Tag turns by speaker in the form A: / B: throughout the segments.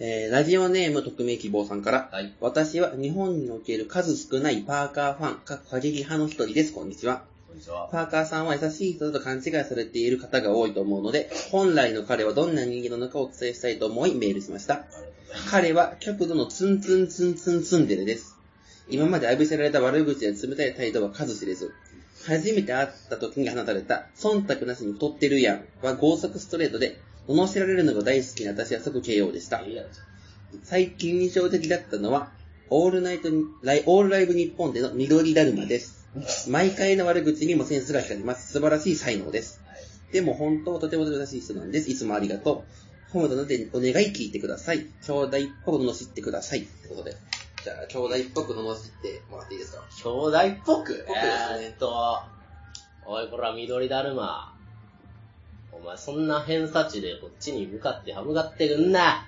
A: えー、ラジオネーム特命希望さんから、
B: はい。
A: 私は日本における数少ないパーカーファン、かっこ過激派の一人です。こんにちは。
B: こんにちは。
A: パーカーさんは優しい人だと勘違いされている方が多いと思うので、本来の彼はどんな人間なのかをお伝えしたいと思いメールしました。
B: ありがとうございます。
A: 彼は極度のツンツンツンツンツンデレです。今まで浴びせられた悪口や冷たい態度は数知れず、初めて会った時に放たれた、忖度なしに太ってるやんは豪速ストレートで、罵られるのが大好きな私は即 KO でした
B: え。えやんじ
A: 最近印象的だったのは、オールナイトにライ、オールライブ日本での緑だるまです。毎回の悪口にもセンスが光ります。素晴らしい才能です。
B: ゃん。はい。
A: でも本当とても優しい人なんです。いつもありがとう。今度のでお願い聞いてください。兄弟っぽく罵ってください。ってことで。じゃあ、兄弟っぽく罵ってもらっていいですか
B: 兄弟っ
A: ぽ
B: ぽく
A: くですね
B: えーっと、おいこら緑だるま。お前そんな偏差値でこっちに向かって歯向かってくんな。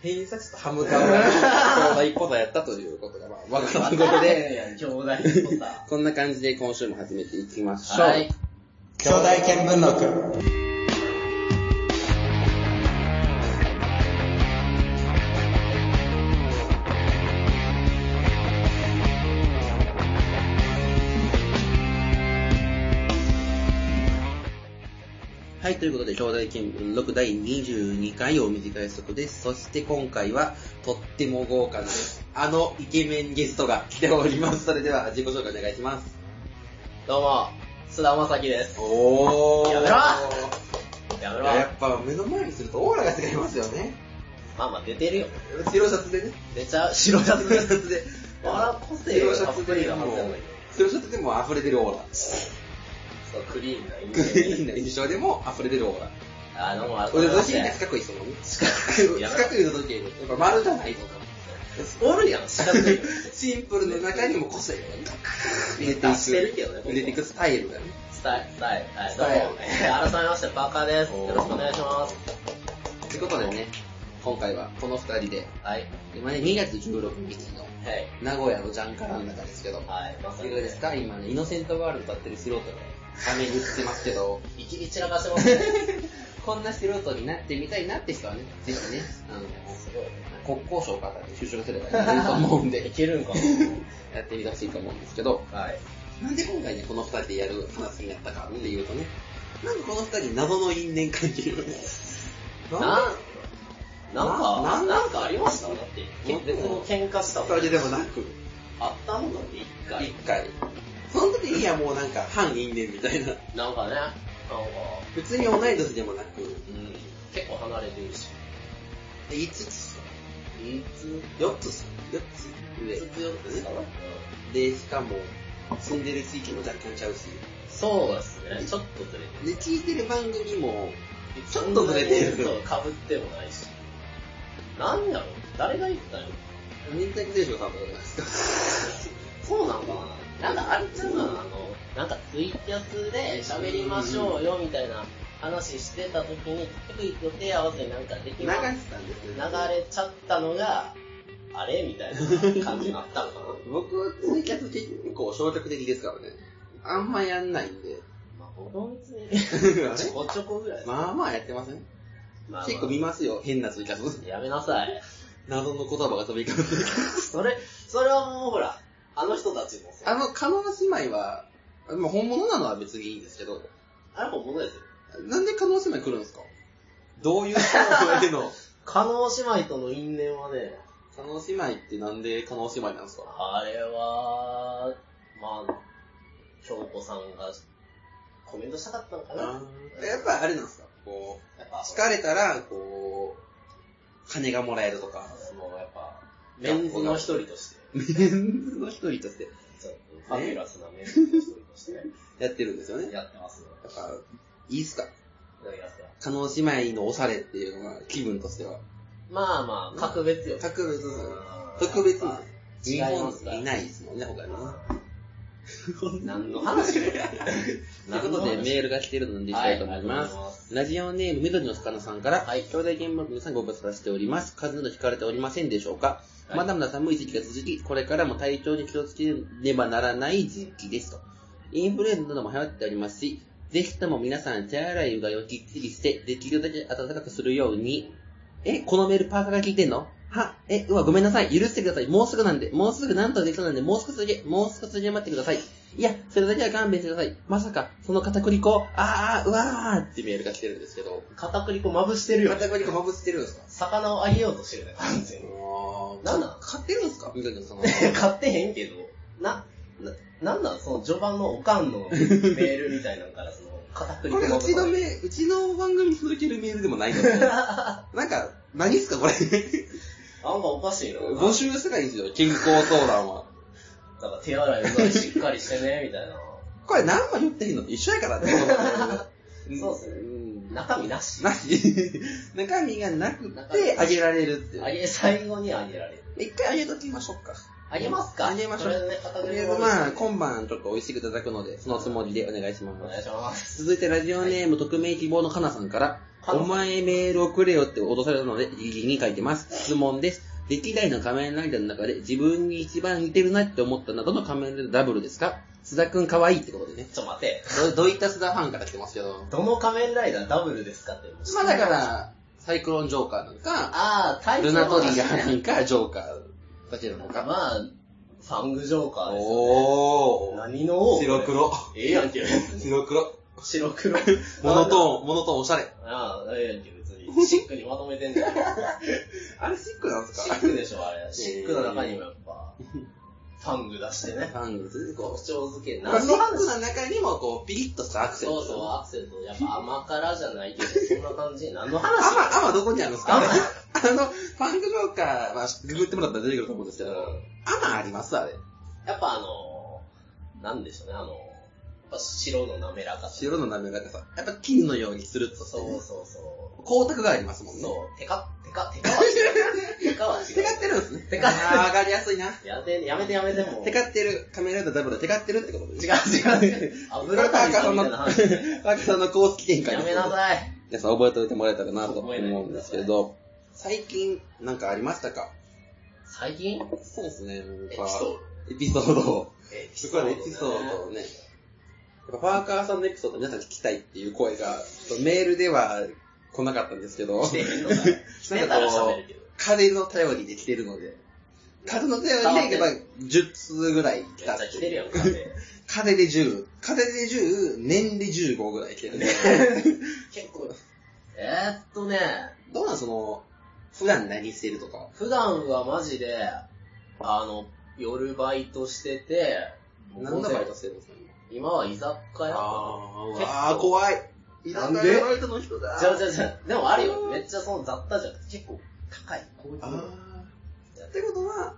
A: 偏差値とハ ムカーが兄弟っぽさやったということが、まあ、わかることで、
B: で、兄弟っぽさ。
A: こんな感じで今週も始めていきましょう。
B: はい。
C: 兄弟見聞録。
A: はい、ということで、兄弟見聞録第22回お短い速です。そして今回は、とっても豪華な、あのイケメンゲストが来ております。それでは、自己紹介お願いします。
B: どうも、須田まさきです。
A: お
B: ーやめろやめろ。
A: やっぱ目の前にするとオーラが違いますよね。
B: まあまあ出てるよ。
A: 白シャツでね。
B: 出ちゃう。白シャツ
A: 白シ
B: で。
A: ャツで。
B: あら、個性
A: 白
B: が
A: シャ
B: たっ
A: ツ
B: ぷ
A: で
B: りだもん。
A: もう白シャツでも溢れてるオーラ。
B: そう、クリーンなイメ
A: グリ
B: ー
A: ー
B: ジ。
A: ンな印象でも溢れてるオーラ。
B: あ、どうも、あ
A: 俺、私ね、四角い人もね。
B: 四
A: 四
B: 角い。やめろ
A: 角いの時計やっぱ丸じゃないとか。
B: おるやん、 四角い。
A: シンプルの中にも個性がね、入れていく。
B: 出してるけどね
A: 入れていくスタイルがね。
B: スタイル、スタイル。はい、
A: ス
B: どう
A: タイル
B: も。えー改めまして、パーカーです。よろしくお願いします。
A: ということでね、今回はこの二人で、
B: はい。
A: 今ね、2月16日の
B: はい。
A: 名古屋のジャンカラの中ですけど、
B: はい、ま
A: いかがですか今ね、イノセントワールド歌ってる素人が画面に映ってますけど、
B: いきり散らかしてますね。
A: こんな素人になってみたいなって人はね、ぜひね、あの、
B: すごいね。
A: 国交省から就職すればいいと思うん
B: い
A: で、
B: けるんか
A: やってみてほしいと思うんですけど、
B: なはい。
A: なんで今回ね、この二人でやる話になったかっていうとね、なんかこの二人謎の因縁関係をね、
B: なん、
A: なん
B: な
A: なな
B: んか、
A: ん
B: なんかありましただって、け別の喧嘩した
A: それでもなく、
B: あったもんだって、一
A: 一
B: 回。
A: 回。その時にはもうなんか反因縁みたいな、
B: なんかね、なんか、
A: 普通に同い年でもなく、
B: うん、結構離れてるし。
A: 5つ、
B: いつ、
A: 4つ、4つ
B: い
A: 上
B: つ強くですかなうん
A: で、しかも、住んでる地域も若干ちゃうし、
B: そうですね、ちょっとずれてる。
A: で、聞いてる番組も、ちょっとずれてる
B: そう、被ってもないし。なんやろ誰が言ったんやろ
A: 忍耐伝承さんもじゃないですか。
B: そうなんかななんかあれちゃうかなあの、なんかツイキャスで喋りましょうよみたいな話してた時に、結局予定合わせなんかでき
A: 流
B: なく
A: してたんです
B: 流
A: ね。
B: れちゃったのが、あれみたいな感じになったのかな。
A: 僕はツイキャス結構消極的ですからね。あんまやんない んで。
B: まあ、僕も別に、
A: あ
B: ちょ
A: れ
B: こちょこぐらいです。
A: まあまあやってません、
B: まあまあ
A: 結構見ますよ、変なツイキャス。
B: やめなさい。
A: 謎の言葉が飛び交う。
B: それ、それはもうほら、あの人たちのさ、
A: あの、カノの姉妹は、まあ本物なのは別にいいんですけど、
B: あれ本物ですよ。
A: なんでカノの姉妹来るんですかどういう人で の
B: 加納姉妹との因縁はね、
A: カノ姉妹ってなんでカノ姉妹なんですか
B: あれは、まあ、京子さんがコメントしたかったのかな。
A: やっぱあれなんですかこう、
B: やっぱ、
A: 疲れたら、こう、金がもらえるとか。
B: そのやっぱ、メンズの一人として、
A: メンズの一人として
B: ちょっとファビュラスなメンズの一人として ね、
A: やってるんですよね。
B: やってますよ。
A: やっぱ、いいっすか
B: やりますよ
A: カノ姉妹のおしゃれっていうのは、気分としては。
B: まあまあ、格別よ。
A: 特別ですよね
B: うん
A: 特別
B: やっ
A: な
B: ぱ。
A: 日
B: 違い
A: 本
B: ますから
A: にいないですもんね、他にね。
B: 何の話 だよ。
A: ということで、メールが来てるので、いきたいと思います。
B: す。
A: ラジオネーム、緑の魚さんから、
B: はい
A: 兄弟現場の皆さんご無沙汰しております。風邪などひかれておりませんでしょうか、
B: はい
A: まだまだ寒い時期が続き、これからも体調に気をつけねばならない時期ですと。インフルエンザなども流行っておりますし、ぜひとも皆さん手洗いうがいをきっちりして、できるだけ暖かくするように、え、このメールパーカーが聞いてんのは、え、うわ、ごめんなさい。許してください。もうすぐなんで、もうすぐなんとかできそうなんで、もう少しだけ、もう少しだけ待ってください。いや、それだけは勘弁してください。まさか、その片栗粉、あーあー、うわーってメールが来てるんですけど。
B: 片栗粉まぶしてるよ。
A: 片栗粉まぶしてるんですか
B: 魚をあげようとしてるね、完全に。なんなん
A: 買ってるんですかみたいな、その、
B: 買ってへんけど、な、な、なんなんその序盤のおかんのメールみたいなのから、その、片栗
A: こ
B: 粉
A: れ、
B: ま
A: う
B: ぶ
A: ちの
B: され
A: め、うちの番組に届けるメールでもない ので。なんか、何っすかこれ。
B: あんまおかしいな。
A: 募集すればいいんですよ、健康相談は。
B: だから手洗いうがいしっかりしてね、みたいな。
A: これ何も言ってへんの一緒やから ね。
B: そうっすね
A: ん
B: 中身なし。
A: なし。中身がなくて、あげられるっていう
B: あ。げ、最後にあげられる。
A: 一回あげときましょうか。
B: あげますか
A: あげましょう
B: とりあえずね、片
A: とり
B: 栗
A: あえ
B: 粉
A: ず
B: まぶして
A: まあ、今晩ちょっと美味しくいただくので、そのつもりでお願いしま
B: お願い
A: す。
B: します。
A: 続いてラジオネーム、匿名希望のかなさんから、
B: かなさん
A: お前メールをくれよって脅されたので、ギリギリに書いてます。質問です。歴代の仮面ライダーの中で自分に一番似てるなって思ったなどの仮面ライダーダブルですか須田くん可愛いってことでね。
B: ちょ、待て。
A: ど、どういった須田ファンから来てますけど。
B: どの仮面ライダーダブルですかって。
A: まあだか。ら、サイクロンジョーカーなのか、
B: ああ、タイ
A: ル
B: プ
A: ナ
B: の
A: ト
B: 話
A: リガ
B: ね
A: ーなのか、ジョーカーだけなの
B: ま
A: か。
B: あ、ファングジョーカーですよね。
A: おー。
B: 何の王
A: 白。黒。
B: ええやんけ。
A: 白黒。
B: 白黒。
A: モノトーン、モノトーンおしゃれ。
B: ああ、ええやんけ、別に。シックにまとめてんじゃん。
A: あれシックなん
B: シックでしょ、あれ。シックの中にもやっぱ、ファング出してね。
A: ファングズこ
B: 特
A: う。
B: 徴付け。
A: まあ
B: 何
A: シ
B: の
A: ッ
B: 話
A: クの中にも、こう、ピリッとしたアクセン
B: そ
A: ト。
B: うそう、アクセント。やっぱ甘辛じゃないけど、そんな感じ。何の
A: ア
B: 話
A: マ、アマどこにあるんですかあ
B: ア
A: れ
B: マ
A: あの、ファングジョーカー、まあ、ググってもらったら出てくると思うんですけど、
B: や
A: アマありますあれ。
B: っぱあのー、なんでしょうね、あのー、やっぱ白の滑らかさ。
A: 白の滑らかさ。やっぱ金のようにつるっとして
B: そ
A: ね、
B: うそうそう。
A: 光沢がありますもんね。
B: そう、テカ、テカ、テカは違う。テカは違う。
A: テカってるんですね。
B: テカってる
A: あーわかりやすいな。
B: やめて、やめて、やめて、もう。
A: テカってる、カメライダーダブルはテカってるってこと
B: 違
A: で。
B: う、違う、違う。油かりさんみたいな話ね。
A: 若さんの公式展開
B: や
A: です
B: めなさい。
A: 皆さん覚えておいてもらえたらなと思うんですけど、最近なんかありましたか
B: 最近
A: そうですね、なん
B: エピ
A: か
B: ソード。
A: エピソードを。
B: エ
A: そこはエピソードをね、やっぱパーカーさんのエピソード皆さん聞きたいっていう声が、ちょっとメールでは来なかったんですけど、
B: してへんのかい。してたら喋るけど。
A: 風の頼りで来てるので、風の頼りでいけば10通ぐらい来
B: め
A: た
B: っ
A: っ
B: ち
A: てい
B: ゃ
A: う
B: 来てるやん、 風。
A: 風で10、風で10、年で15ぐらい来て るんで、
B: 結構。えーっとね、
A: どうなんその、普段何してるとか。
B: 普段はマジで、あの、夜バイトしてて、
A: 何のバイトしてるんですか
B: 今は居酒屋結構
A: あー、怖い。
B: なんで
A: いらないバイトの人だ
B: じゃあじゃあじゃあでもあるよ。めっちゃその雑多じゃなくて、結構高い。こういうところ
A: あーってことは、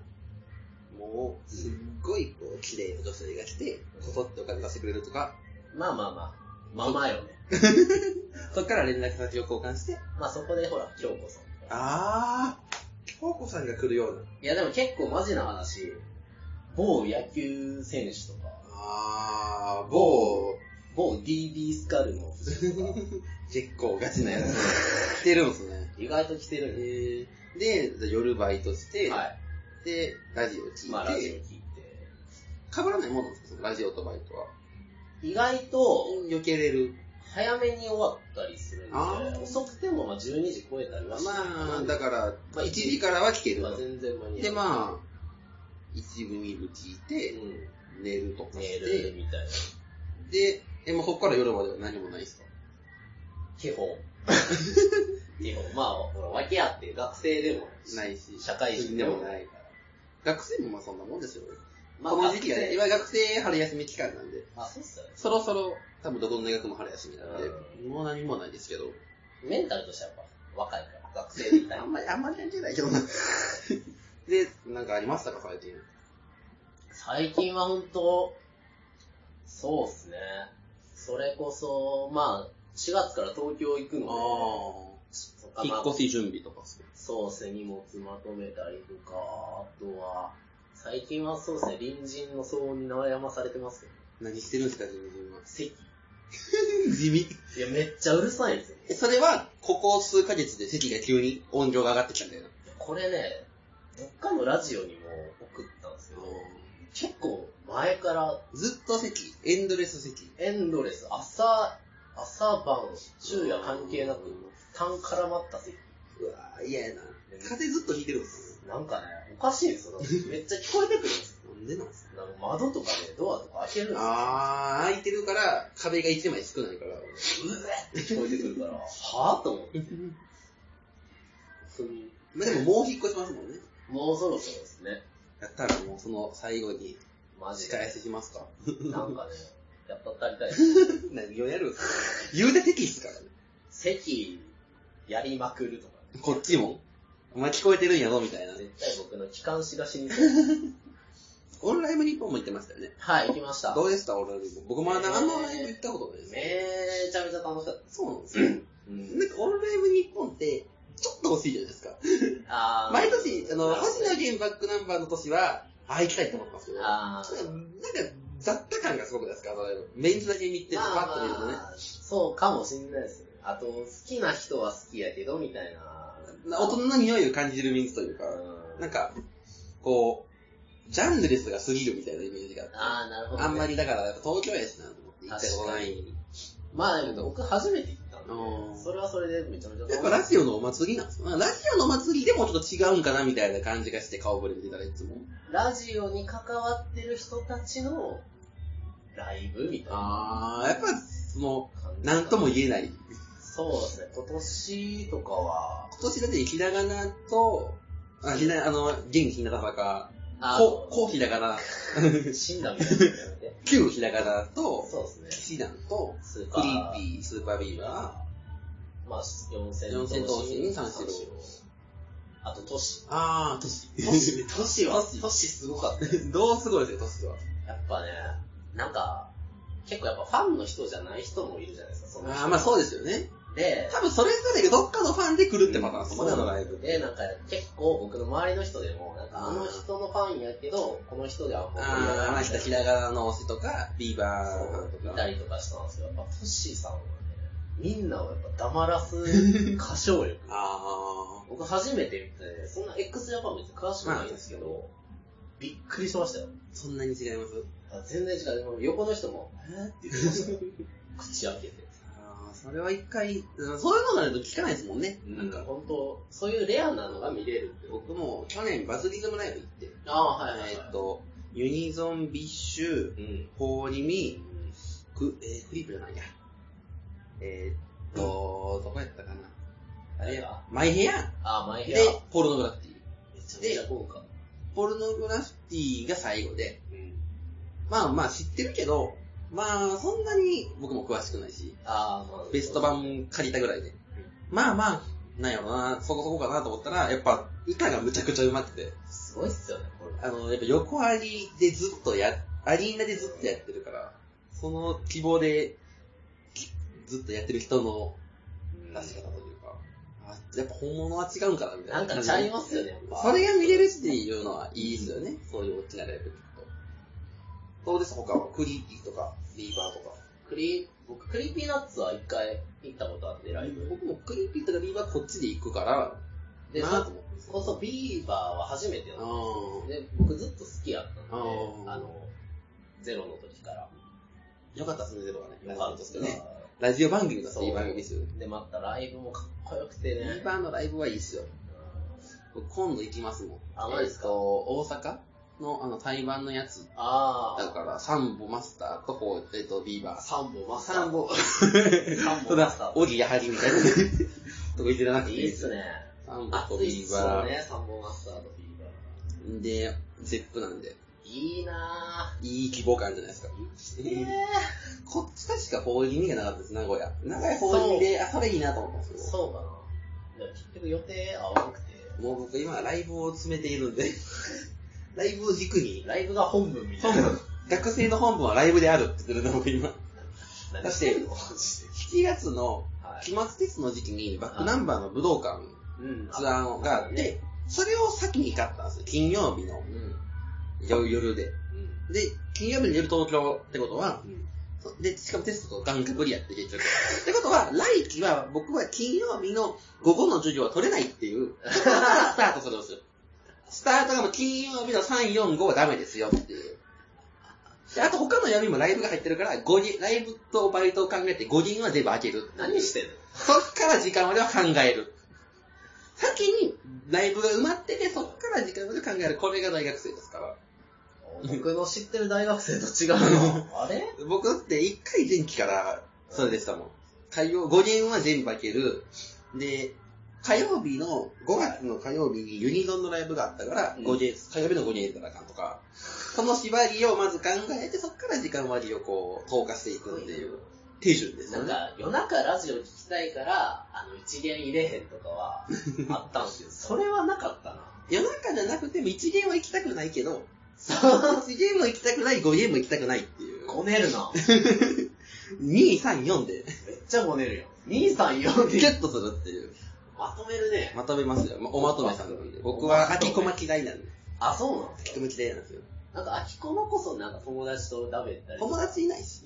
A: もう、すっごい、こう、綺麗な女性が来て、こそってお金出してくれるとか、
B: まあまあまあ。まあまあよね。
A: そっから連絡先を交換して、
B: まあそこでほら、京子さん。
A: あー、京子さんが来るような。
B: いやでも結構マジな話、某野球選手とか、
A: あー、某、
B: 某 DB スカルの選手 とか、
A: 結構ガチなやつ、 来てるんですね。
B: 意外と来てるんで。
A: えーで、じゃあ夜バイトして、
B: は
A: で、ラジオ聞い
B: い。
A: て、
B: まあラジオ聞い
A: 被らないものなんですかそのラジオとバイトは。
B: て。意外と、
A: 避けれる。
B: 早めに終わったりするんで
A: あー、
B: 遅くてもまあ12時超えたり
A: ま
B: はし
A: あ、だから、まあ、1時からは聞ける
B: まあ全然間に合う。
A: で、まあ、一部二部聞いて、
B: う
A: 寝ると
B: ん、
A: か
B: メ
A: し
B: ー
A: て、
B: ルみたい な。
A: で、え、もうこっから夜までは何もないですか
B: 基本。基本。まあ、ほら、訳あって学生でも、
A: ないし、
B: 社会人
A: で
B: で
A: も
B: も
A: な
B: ない
A: から。学生もまあそんなもんですよね。
B: まあ、
A: この時期は
B: 学
A: ね、
B: 生
A: 今学生春休み期間なんで、
B: まあ、そうっすよね。
A: そろそろ多分どこの大学も春休みなんで、
B: う
A: もう何もないですけど、
B: メンタルとしてはやっぱ若いから、学生みたい
A: あ
B: な。
A: んまり、あんまり関係ないけどな。 で、なんかありましたか最近。
B: 最近は本当、そうっすね。それこそ、まあ、4月から東京行くので、そっかまあ
A: 引っ越し準備とかっすか
B: そうっすね、荷物まとめたりとか、あとは、最近はそうっすね、隣人の騒音に悩まされてますよ。
A: 何してるんですか自分は。
B: 席。
A: 地味。
B: いや、めっちゃうるさいんですよ。
A: えそれは、ここ数ヶ月で席が急に音量が上がってきたんだよな。
B: これね、どっかのラジオにも送ったんですけど、結構前から
A: ずっと席、エンドレス席。
B: エンドレス、朝、朝晩、昼夜関係なく、単絡まった席。
A: うわぁ、嫌やな。風ずっと引いてるんです。
B: なんかね、おかしいんですよ。だってめっちゃ聞こえてくるんです
A: なんでなんすか
B: よ。なんか窓とかね、ドアとか開けるんですよ。
A: あー、空いてるから、壁が一枚少ない から。
B: うえって聞こえてくるから、はぁと思って。
A: まあでももう引っ越しますもんね。
B: もうそろそろですね。
A: やったらもうその最後に、
B: マジ
A: 仕返
B: で。
A: ししますか
B: なんかね、やっぱ足りたい。
A: 何をやるんすか言うて敵っすからね。
B: 席、やりまくるとかね。
A: こっちも。お前聞こえてるんやぞ、みたいなね。
B: 絶対僕の機関士が死にそう。
A: オンライブ日本も行ってましたよね。
B: はい、行きました。
A: どうでしたオンライブ日本。僕まだあんまオンライブ行ったことないですね。
B: めちゃめちゃ楽しかった。
A: そうなんですよ。
B: うん
A: なんかオンライブ日本って、ちょっと欲しいじゃないですか。
B: あー
A: 毎年、あの、
B: なるほど
A: 星野源バックナンバーの年は、ああ、行きたいと思ったんですけど、なんか、
B: あー
A: 雑多感がすごくないですかあの、メンズだけ見て、パ
B: まあ
A: ッと見るとね。
B: まあそうかもしんないですね。あと、好きな人は好きやけど、みたいな。
A: 大人の匂いを感じるメンズというか、
B: うん
A: なんか、こう、ジャンルレスが過ぎるみたいなイメージがあって、
B: ああ、なるほど、
A: あ
B: ね。
A: んまりだから、東京やしなと思って行ったことない。
B: まあ、でも僕初めて行ったん
A: うん
B: で、それはそれでめちゃめちゃ楽し
A: や
B: い
A: っぱラジオのお祭りなんですよ。まあラジオのお祭りでもちょっと違うんかなみたいな感じがして顔ぶれ見てたらいつも。
B: ラジオに関わってる人たちのライブみたいな
A: あー、やっぱ、その、
B: 感じ。
A: なんとも言えない。今
B: そうですね。今年とかは、
A: 年だって、ひらがなと、あ、ひな、あの、元ひなたさか、
B: あ
A: こ
B: の、
A: こうひらがな、
B: 死んだみたいなのやめて。
A: きゅうひらがなと、
B: そうですね。
A: 騎士団と、
B: スー
A: ク
B: パ
A: リ
B: ー
A: ー。ピー、スーパービーバ
B: まあ、4000
A: 四千頭身
B: 三四郎
A: 三四郎
B: あと、都市。
A: ー。あー、 都市。
B: 都市、都市は
A: 都、市
B: 都市すごかった。
A: どうすごいですよ、都市は。
B: やっぱね、なんか、結構やっぱファンの人じゃない人もいるじゃないですか、その人
A: あー、まあそうですよね。
B: で、
A: 多分それぞれがどっかのファンで来るってパターンですもんね、あ
B: そう
A: のライブ。
B: で、なんか結構僕の周りの人でも、なんかあの人のファンやけど、この人ではもう盛り上が
A: あー、ま
B: らな
A: あ
B: いみたい
A: ひらがなの推しとか、ビーバ
B: な
A: ー
B: そう
A: と
B: いた
A: か。。
B: りとかしたんですけど、やっぱトッシーさんはね、みんなをやっぱ黙らす歌唱 力
A: あ
B: 僕初めて見て、そんな x ジャパン別に詳しくないんですけど、びっくりしましたよ。
A: ー、そんなに違います
B: あ全然違う。横の人も、えーって言ってました。口開けて。
A: あーそれは一回、うんそういうのになると聞かないですもんね。
B: なんか本当、そういうレアなのが見れるって。
A: 僕も去年バズリズムライブ行って、
B: ああ、は
A: えーっと、ユニゾン、ビッシュ、
B: うん。
A: ホーリミ、ク、えー、クリープじゃないや。えーっと、どこやったかな。
B: あれや。
A: マイヘア
B: ああ、マイ
A: で
B: ヘア。め、
A: ポルノグラフィティ。
B: ちゃめちゃ豪華。
A: ポルノグラフィティが最後で、
B: うん。
A: まあまあ知ってるけど、まあそんなに僕も詳しくないし、
B: ああ、まあ。
A: ベスト。版借りたぐらいで。まあまあ、なんやろな、そこそこかなと思ったら、やっぱ歌がむちゃくちゃうまくて、
B: すごいっすよね、これ。
A: あの、やっぱ横ありでずっとや、アリーナでずっとやってるから、その希望で、きずっとやってる人の出し方というか、あ、やっぱ本物は違うんかな、みたいな
B: なん
A: 感じ。
B: かちゃいますよね、やっぱ。
A: それが見れるっていうのはいいですよね。そういう大きなライブってこと。どうです他はクリーピーとか、リーバーとか。
B: クリ、僕、クリーピーナッツは一回行ったことあって、ライブ。
A: 僕もクリーピーとかリーバーこっちで行くから、
B: で、
A: な
B: そ
A: と思って。
B: こそビーバーは初めてやった
A: あ
B: で、僕ずっと好きやったんで、
A: あー
B: あの、ゼロの時から。
A: あ。よかったですね、ゼロがね。
B: よかったっす
A: ラジオとしてね。
B: ね。
A: ラジオ番組だっていい番組ですよね。
B: で、またライブもかっこよくて
A: リ
B: ね
A: ー。バーのライブはいいっすよ。
B: うん
A: 僕今度行きますもん。
B: あマジっす
A: えー
B: か
A: と大阪のあの台湾のやつ。
B: あ
A: だ
B: あ。
A: から、サンボマスターとこう、えっと、ビーバー。
B: サンボマスター。
A: サンボ、
B: サンボ
A: そう
B: マ
A: だ
B: スタ、ー。
A: オギやはりみ たいなとこ行ってなくて
B: いいっす。ね。
A: サンボと
B: 熱
A: ビ
B: いっ
A: ー
B: すよ
A: バ
B: ね、サンボマスターとビーバ
A: ー。
B: ー。
A: で、ゼップなんで、
B: いいなぁ。
A: いい希望感じゃないですか。こっち確か法人がなかったです、名古屋。名古屋法人で、あ、それいいなと思ったんですけど。
B: そうかな。でも結局予定合わなくて、
A: もう僕今ライブを詰めているんで、 ライブを軸に、
B: ライブが本文みた
A: 本
B: いな。
A: 部、学生の本部はライブであるって言ってるの僕今。
B: 何してんのマジ
A: 7
B: で。
A: 月の
B: はい。
A: 期末テストの時期にバックナンバーの武道館
B: うん
A: ツアーがあって、それを先に買ったんですよ。金曜日の
B: うん。うん。
A: 夜夜で。で、金曜日の夜東京ってことは、
B: うん
A: そで、しかもテストと眼科ぶりやって結局。ってことは、来期は僕は金曜日の午後の授業は取れないっていう、そこからスタートするんですよ。スタートがもう金曜日の3、4、5はダメですよっていう。で、あと他の曜日もライブが入ってるから、五人、ライブとバイトを考えて5人は全部開けるっていう。
B: 何してんの
A: そっから時間までは考える。先にライブが埋まってて、そっから時間まで考える。これが大学生ですから。
B: 僕の知ってる大学生と違う の。あれ
A: 僕だって1回前期からそれでしたもん。火曜、5年は全部開ける。で、火曜日の、5月の火曜日にユニゾンのライブがあったから、
B: うん
A: 五年火曜日の5年入れたらあかんとか、その縛りをまず考えて、そっから時間割をこう、投下していくっていう手順です
B: な
A: よ
B: ん
A: ね。
B: か、夜中ラジオ聞きたいから、あの、一元入れへんとかは、あったんですけど、 それはなかったな。
A: 夜中じゃなくても1ゲームは行きたくないけど、
B: そう。
A: 1ゲームも行きたくない、5ゲームも行きたくないっていう。
B: ごねるな。
A: 2、3、4で、
B: めっちゃごねるよ。兄さんよ
A: ギュッとするっていう。
B: まとめるね。
A: まとめますよ。まおまとめさんなんで。僕は、秋駒嫌いなんで。
B: あ、そうなの
A: 秋駒嫌いなんですよ。
B: なんか、あきこのこそなんか友達とダメったり。
A: 友達いないし。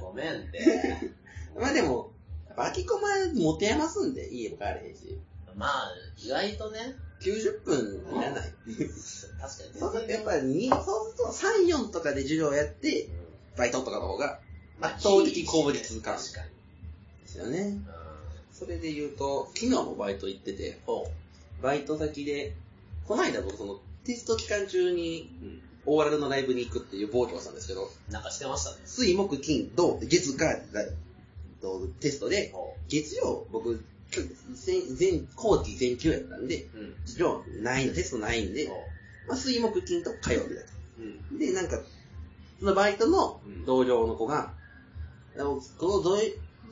B: ごめんって。
A: まあでも、やっぱ秋駒持て余すんで、家も帰れへんし。
B: まあ、意外とね、
A: 90分いらない。
B: 確かに。
A: そうするとやっぱり、そうすると3、4とかで授業やって、バイトとかの方が、
B: ま
A: 圧倒的効率感
B: 確かに。
A: ですよね。
B: うん。
A: それで言うと、昨日もバイト行ってて、バイト先で、この間僕その、テスト期間中に、オーラルのライブに行くっていう暴挙をしたんですけど、
B: なんかしてましたね。
A: 水、木、金、土、月、火、ライとテストで、
B: ほ
A: 月曜、僕、前、前、後期全休やったんで、
B: う。うん。
A: 授業ないの、テストないんで、まあ、水木金と火曜日だと。
B: うん。
A: で、なんか、そのバイトの
B: うん
A: 同僚の子が、あのこの土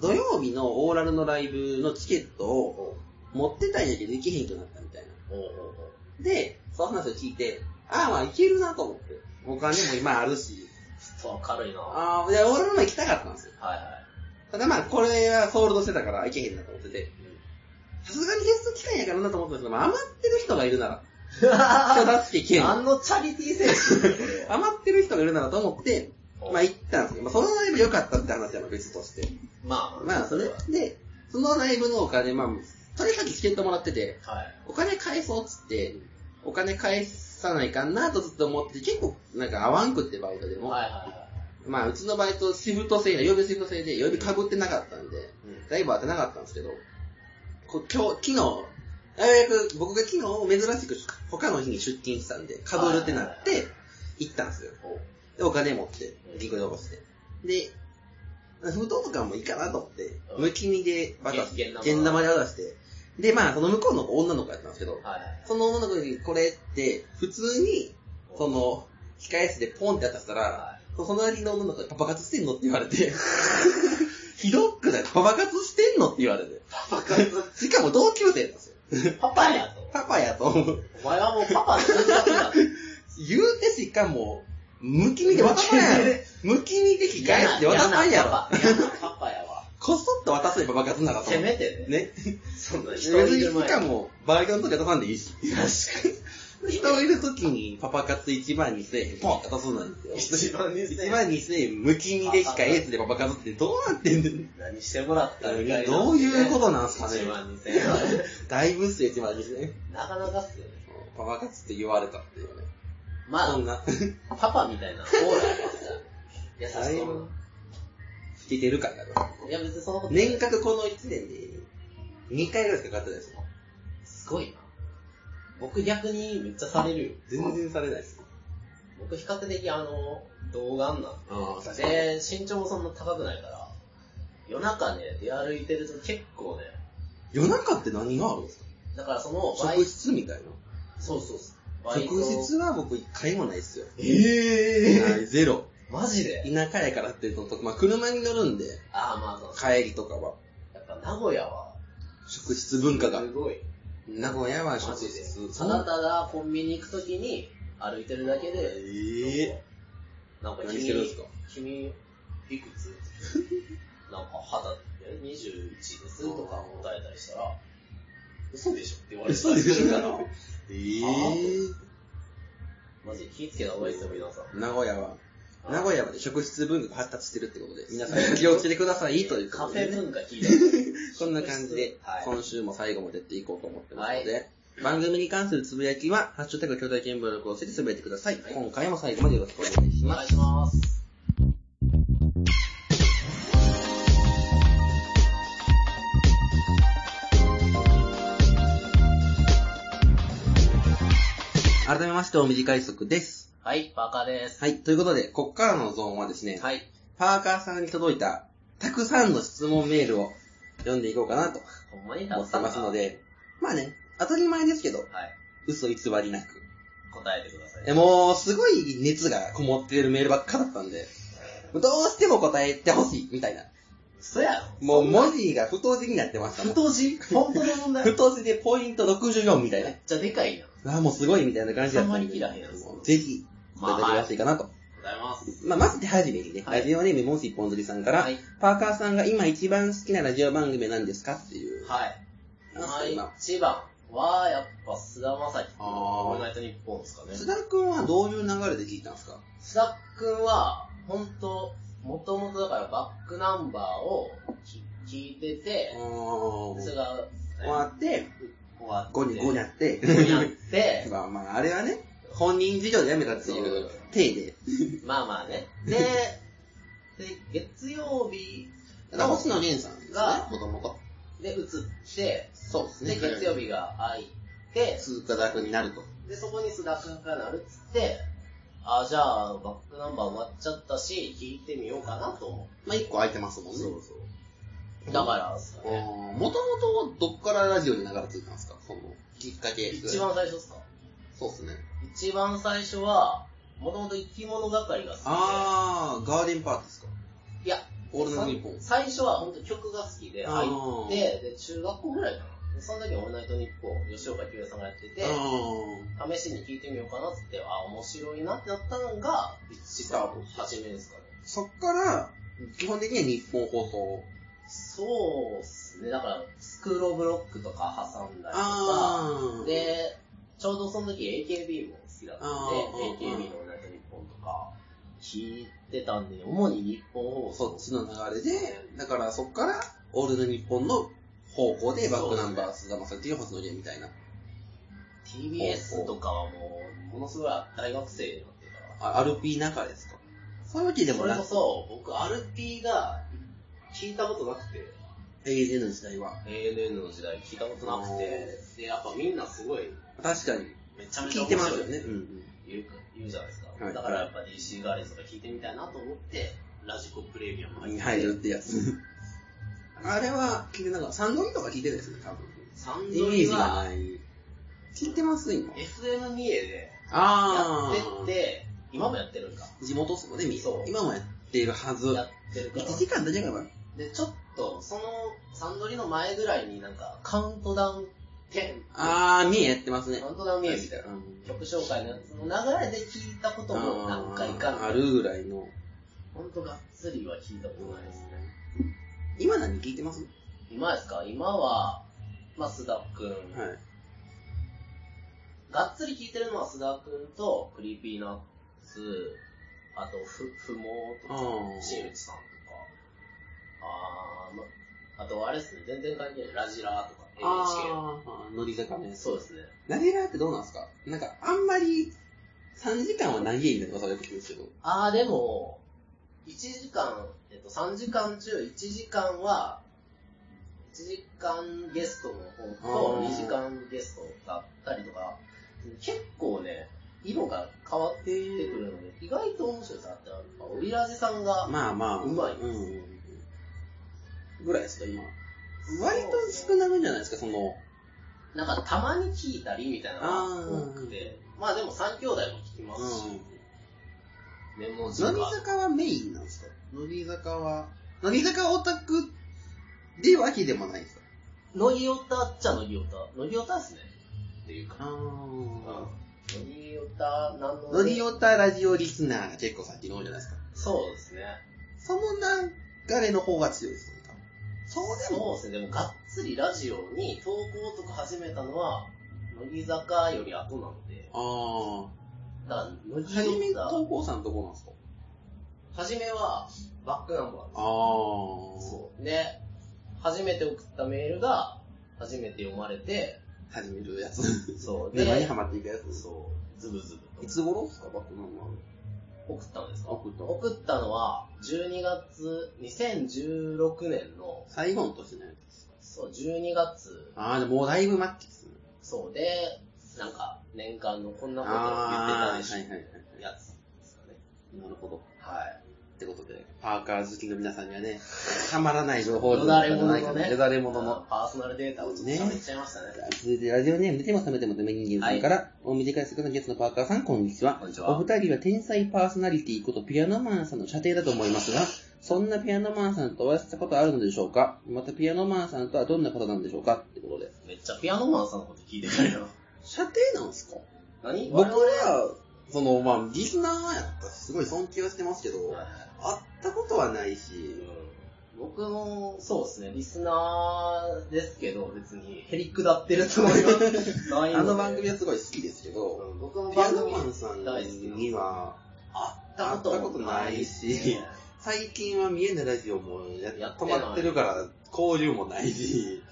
A: 土曜日のオーラルのライブのチケットを
B: ほ
A: 持ってたんやけど行けへんくなったみたいな。
B: う。ほうほうほ
A: で、その話を聞いて、ああ、まあ行けるなと思って。お金も今あるし。
B: う。そう、軽いな。は
A: ああ、いや、俺も行きたかったんですよ
B: い。は
A: ただまあ、これはソールドしてたから行けへんなと思ってて。
B: い。
A: さすがにゲスト期間やからなと思ったんですけど、まあ、余ってる人がいるなら、
B: う
A: 人助けけん。
B: 何のチャリティー精神
A: 余ってる人がいるならと思って、 まあ行ったんですよ。まあ、そのライブ良かったって話はまあ別として。
B: まあ、
A: まあ、それ
B: は。
A: で、そのライブのお金、まあ、とにかくチケットもらってて、
B: はい。
A: お金返そうっつって、お金返さないかなとずっと思ってて、結構なんか合わんくってバイトでも。
B: はいはいはい。
A: まあ、うちのバイトシフト制や、曜日シフト制で、曜日被ってなかったんで、
B: うん。
A: だいぶ当てなかったんですけど、こ今日、昨日、ようやく僕が昨日珍しく他の日に出勤したんで、被るってなっ
B: はいはい
A: て、行ったんですよ。
B: ほう。
A: で、お金持って
B: う、ん
A: 銀行に残して。で、封筒とかもいいかなと思って、
B: うん
A: むきにで渡して、
B: 現
A: 現
B: 現玉
A: 玉で渡して、で、まあ、その向こうの子女の子やったんですけど、
B: はいはい。
A: その女の子にこれって、普通に、その、控え室でポンって渡したら、
B: は
A: その隣の女の子にパパ活してんのって言われて、 ひどくないパパ活してんのって言われて。
B: パパ活、
A: しかも同級生なんですよ。
B: パパやと。
A: パパやと思う。
B: お前はもうパパの通学だ。
A: 言うてしかも、む きみで渡さんやろ。むきみで控え室で渡さんやろ。
B: 嫌なパパやわ。
A: こそっと渡せば爆発なかった。
B: せめてね。
A: ね。
B: そんな
A: 別
B: 人い
A: に
B: る
A: し
B: 前
A: かも、バイトの時渡さんでいいし。
B: 確かに。
A: 人いる時にパパ活1万2000円、ポンって渡すんなんです
B: 一
A: よ。
B: 番に
A: 1万2000円、むきみで控え室でパパ活ってどうなってんねん。
B: 何してもらったみたいな。
A: どういうことなんすかね
B: 1万2000円は。
A: だいぶっすよ、1万2000円。
B: なかなかっすよね。
A: パパ活って言われたっていうね。
B: ま
A: そんな。
B: あ、パパみたいなオーラありますから。
A: だ
B: 優
A: い
B: し
A: ぶ
B: そ、
A: 吹き出るかな。
B: う。いや、別にそんなことない
A: 年間この1年で、2回ぐらいしか買ってないですもん。
B: すごいな。僕逆にめっちゃされるよ。
A: 全然されないです。
B: 僕比較的あの、童顔なん
A: ああ、
B: で。で、身長もそんな高くないから、夜中ね、出歩いてると結構ね、
A: 夜中って何があるんですか
B: だからその、バイ
A: 職質みたいな。
B: そうそうそう。バイト
A: 職質は僕一回もないっすよ。
B: ええ
A: はいゼロ。
B: マジで
A: 田舎やからっていうのと、まあ車に乗るんで、
B: ああ、まあそう。
A: 帰りとかは。
B: やっぱ名古屋は、
A: 職質文化が。
B: すごい。
A: 名古屋は
B: マ
A: 職
B: ジで
A: 質。。
B: ただただコンビニ行くときに歩いてるだけ
A: え
B: で、
A: え
B: なんか
A: 何
B: 君
A: してるんですか
B: 君、いくつ なんか肌え21ですとか答えたりしたら、嘘でしょって言われたりするから、
A: え
B: マジで気ぃつけた方がいいですよ、皆さん。
A: 名古屋は、名古屋はね職質文化が発達してるってことで、皆さん気をつけてくださいという
B: カ
A: こ
B: フ
A: と
B: ェ
A: で、
B: 文化聞いた
A: こんな感じで
B: はい、
A: 今週も最後までやっていこうと思ってますので、番組に関するつぶやきは、ハッシュタグ兄弟見聞録をつけてつぶやいてください。
B: はい
A: 今回も最後までよろしくお願いし
B: お
A: ます
B: 願い。します。
A: 改めまして、お短い速です。
B: はい、バカです。
A: はい、ということで、こっからのゾーンはですね、
B: はい。
A: パーカーさんに届いた、たくさんの質問メールを読んでいこうかなと
B: ほんまにた
A: 思っ
B: く
A: て
B: さん
A: ますので、まあね、当たり前ですけど、
B: はい。
A: 嘘偽りなく。
B: 答えてください。
A: でもう、すごい熱がこもってるメールばっかだったんで、どうしても答えてほしい、みたいな。
B: 嘘やろ。
A: もう文字が太字になってましたもん。
B: 太字本当の 問題めっ
A: 太字でポイント64みたいな。
B: ちゃでかいやん。
A: ああ、もうすごいみたいな感じだったんで。
B: あんまり切らへんやつ
A: もうぜひ、答えてくださいかなと。
B: ございます。
A: まあ、まず手始めにね、
B: はい
A: ラジオネームモンス一本釣りさんから、
B: はい。
A: パーカーさんが今一番好きなラジオ番組なんですかっていう。
B: はい。
A: 今
B: まあ、一番は、やっぱ、菅田将暉。
A: あー
B: オールナイトニッポンですかね。
A: 須田くんはどういう流れで聞いたんですか
B: 須田くんは、ほんと、もともとだからバックナンバーをき聞いてて、それ
A: 終
B: が、
A: わって、
B: 終わ
A: 5に、5になって、
B: になって、
A: まあまあ、あれはね、本人事情で辞めたっていう、体で。
B: まあまあね。で、で月曜日
A: だから、星野源さんですね
B: が、
A: もともと。
B: で移って、
A: そうです
B: で、月曜日が空いて、
A: 通過だくになると。
B: で、そこに須田くんがなるっつって、あ、じゃあ、バックナンバー終わっちゃったし、聞いてみようかなと思
A: まあ、1個空いてますもんね。
B: う。だからですかね。
A: もともと、どっからラジオに流れ着いたんですかその、きっかけ。
B: 一。番最初っすか
A: そうですね。
B: 一番最初は、もともと生き物係が好きで、
A: あー、ガーデンパーティーですか
B: いや、
A: オールナイトニッポン。
B: 最初は本当曲が好きで
A: あ
B: 入
A: ー
B: って、で、中学校ぐらいかな。でその時オールナイトニッポン、吉岡清也さんがやってて、
A: あ
B: 試しに聞いてみようかなっつって、あ、面白いなってなったのが、
A: スタート
B: 初めですかね。
A: ーそっから、基本的には日本放送。
B: そうっすね。だから、スクローブロックとか挟んだりとか、
A: ー
B: で、ちょうどその時 AKB も好きだった
A: あ
B: ん
A: ー
B: で、AKB のオールナイトニッポンとか、聞いてたんで、主に日本放
A: そ
B: 送。
A: っちの流れで、だからそっから、オールナイトニッポンの方向でバックナンバー、菅田将暉が星野源みたいな。
B: TBS とかはもう、ものすごい大学生になってたから。
A: あ、RP 中ですかそういうわけでも
B: それ
A: な
B: こ
A: く、
B: そ、僕、RP が聞いたことなくて、
A: AJ の時代は。
B: ANN の時代聞いたことなくて、で、やっぱみんなすごい、
A: 確かに。
B: めちゃめちゃ
A: 聞い
B: 面
A: てま
B: 白
A: すよね。
B: い
A: うんうん。
B: 言うか言うじゃないですか。
A: はい
B: だからやっぱ DC ガールズとか聞いてみたいなと思って、ラジコプレミアム入って、
A: 入るってやつ。あれは、聞いてなかった。サンドリとか聞いてたですね、多分。
B: サン
A: イ
B: ド
A: メー
B: リ
A: ジが
B: は
A: ない。聞いてます、今。
B: FM 三重でや
A: あ
B: ってて、今もやってるんか。
A: 地元っすもんね、みんな
B: そう
A: 今もやっているはず。
B: やってるから。
A: 1時間だけかな。
B: で、ちょっと、その、サンドリの前ぐらいになんか、カウントダウン10、
A: あー、三重やってますね
B: カ。ウントダウンミュージックみたいな。
A: うん
B: 曲紹介のやつの流れで聞いたことも何回か
A: あーあるぐらいの。
B: ほんとがっつりは聞いたことないですね。
A: 今何聞いてますは
B: 今ですか今は、まあ、須田くん。
A: い。
B: がっつり聞いてるのは須田くんと、クリーピーナッツ、あと、ふ、ふもと
A: あ
B: か、新
A: ー
B: 内さんとか、あー、まあとあれですね、全然関係ない。ラジラーとか、NHK。
A: あー、乗り坂ね。
B: そうですね。
A: ナビラってどうなんですかなんか、あんまり、3時間は長いみたいな噂が出てくるんですけど。
B: あー、でも、1時間、えっと、3時間中、1時間は、1時間ゲストの方と、
A: あー
B: 2時間ゲストだったりとか、結構ね、色が変わってくるので、意外と面白さってある。オリラジさんが、
A: まあまあ。
B: うまい
A: うんうんうん。ぐらいですか、今。割と少なめじゃないですか、その。
B: なんかたまに聞いたりみたいなのが
A: あー
B: 多くて、まあでも3兄弟も聞きますし、メモ時
A: 乃
B: 間
A: 木。坂はメインなんですか乃木坂は、乃木坂オタクでわけでもないですか
B: 乃木オタっちゃ乃木オタ。乃木オタっすね。っていうか。
A: あー
B: 乃木オタなので
A: 乃木オタラジオリスナーが結構先の方じゃないですか。
B: そうですね。
A: その流れの方が強いですね、多分そうでも。
B: そうですね。でもがっつりラジオに投稿とか始めたのは、乃木坂より後なので、
A: あ
B: だから乃
A: あ。はじめ
B: 木オタ、
A: 投稿さんとこなんですか
B: はじめはバックナンバー
A: ああ。
B: そう。で、初めて送ったメールが、初めて読まれて、
A: 始めるやつ。
B: そう。
A: 沼に
B: で
A: ハ、マっていくやつ。
B: そう、ズブズブと
A: いつ頃ですかバックナンバー
B: 送ったんですか
A: 送った
B: 送ったのは、12月、2016年の、
A: 最後の年のやつですか
B: そう、12月、
A: ああ、でももうだいぶ末期ですね。
B: そうで、なんか、年間のこんなことを言っ
A: あ
B: てた
A: あ、は
B: で
A: い
B: しょ
A: は
B: う
A: いはいはい。
B: やつですかね。
A: なるほど。
B: はい。
A: ってことで、パーカー好きの皆さんにはね、たまらない情報
B: よだれもの
A: ないか
B: のね。
A: よだれものの。
B: パーソナルデータをちょっと喋っちゃいましたね。
A: 続いてラジオネーム出ても冷めてもダメ人間さんから、お短い姿のゲストのパーカーさん、こんにちは。
B: こんにちは
A: お二人は天才パーソナリティことピアノマンさんの射程だと思いますが、そんなピアノマンさんとお会いしたことはあるのでしょうかまたピアノマンさんとはどんな方なんでしょうかってことで。
B: めっちゃピアノマンさんのこと聞いてるよ。
A: 射程なんすか
B: 何
A: 僕は、その、まあ、リスナーやったし、すごい尊敬はしてますけど、
B: 我々
A: 会
B: は
A: ったことはない
B: うん
A: し、
B: 僕も、そうですね、リスナーですけど、別に、へりくだってるつもりは ないで
A: あの番組はすごい好きですけど、
B: うん僕も
A: ピア
B: 番
A: ノ
B: 組
A: マンさんには、
B: 会
A: 会ったことないし、最近は見えないラジオもや
B: やって
A: 止
B: ない
A: まってるから、交流もないし、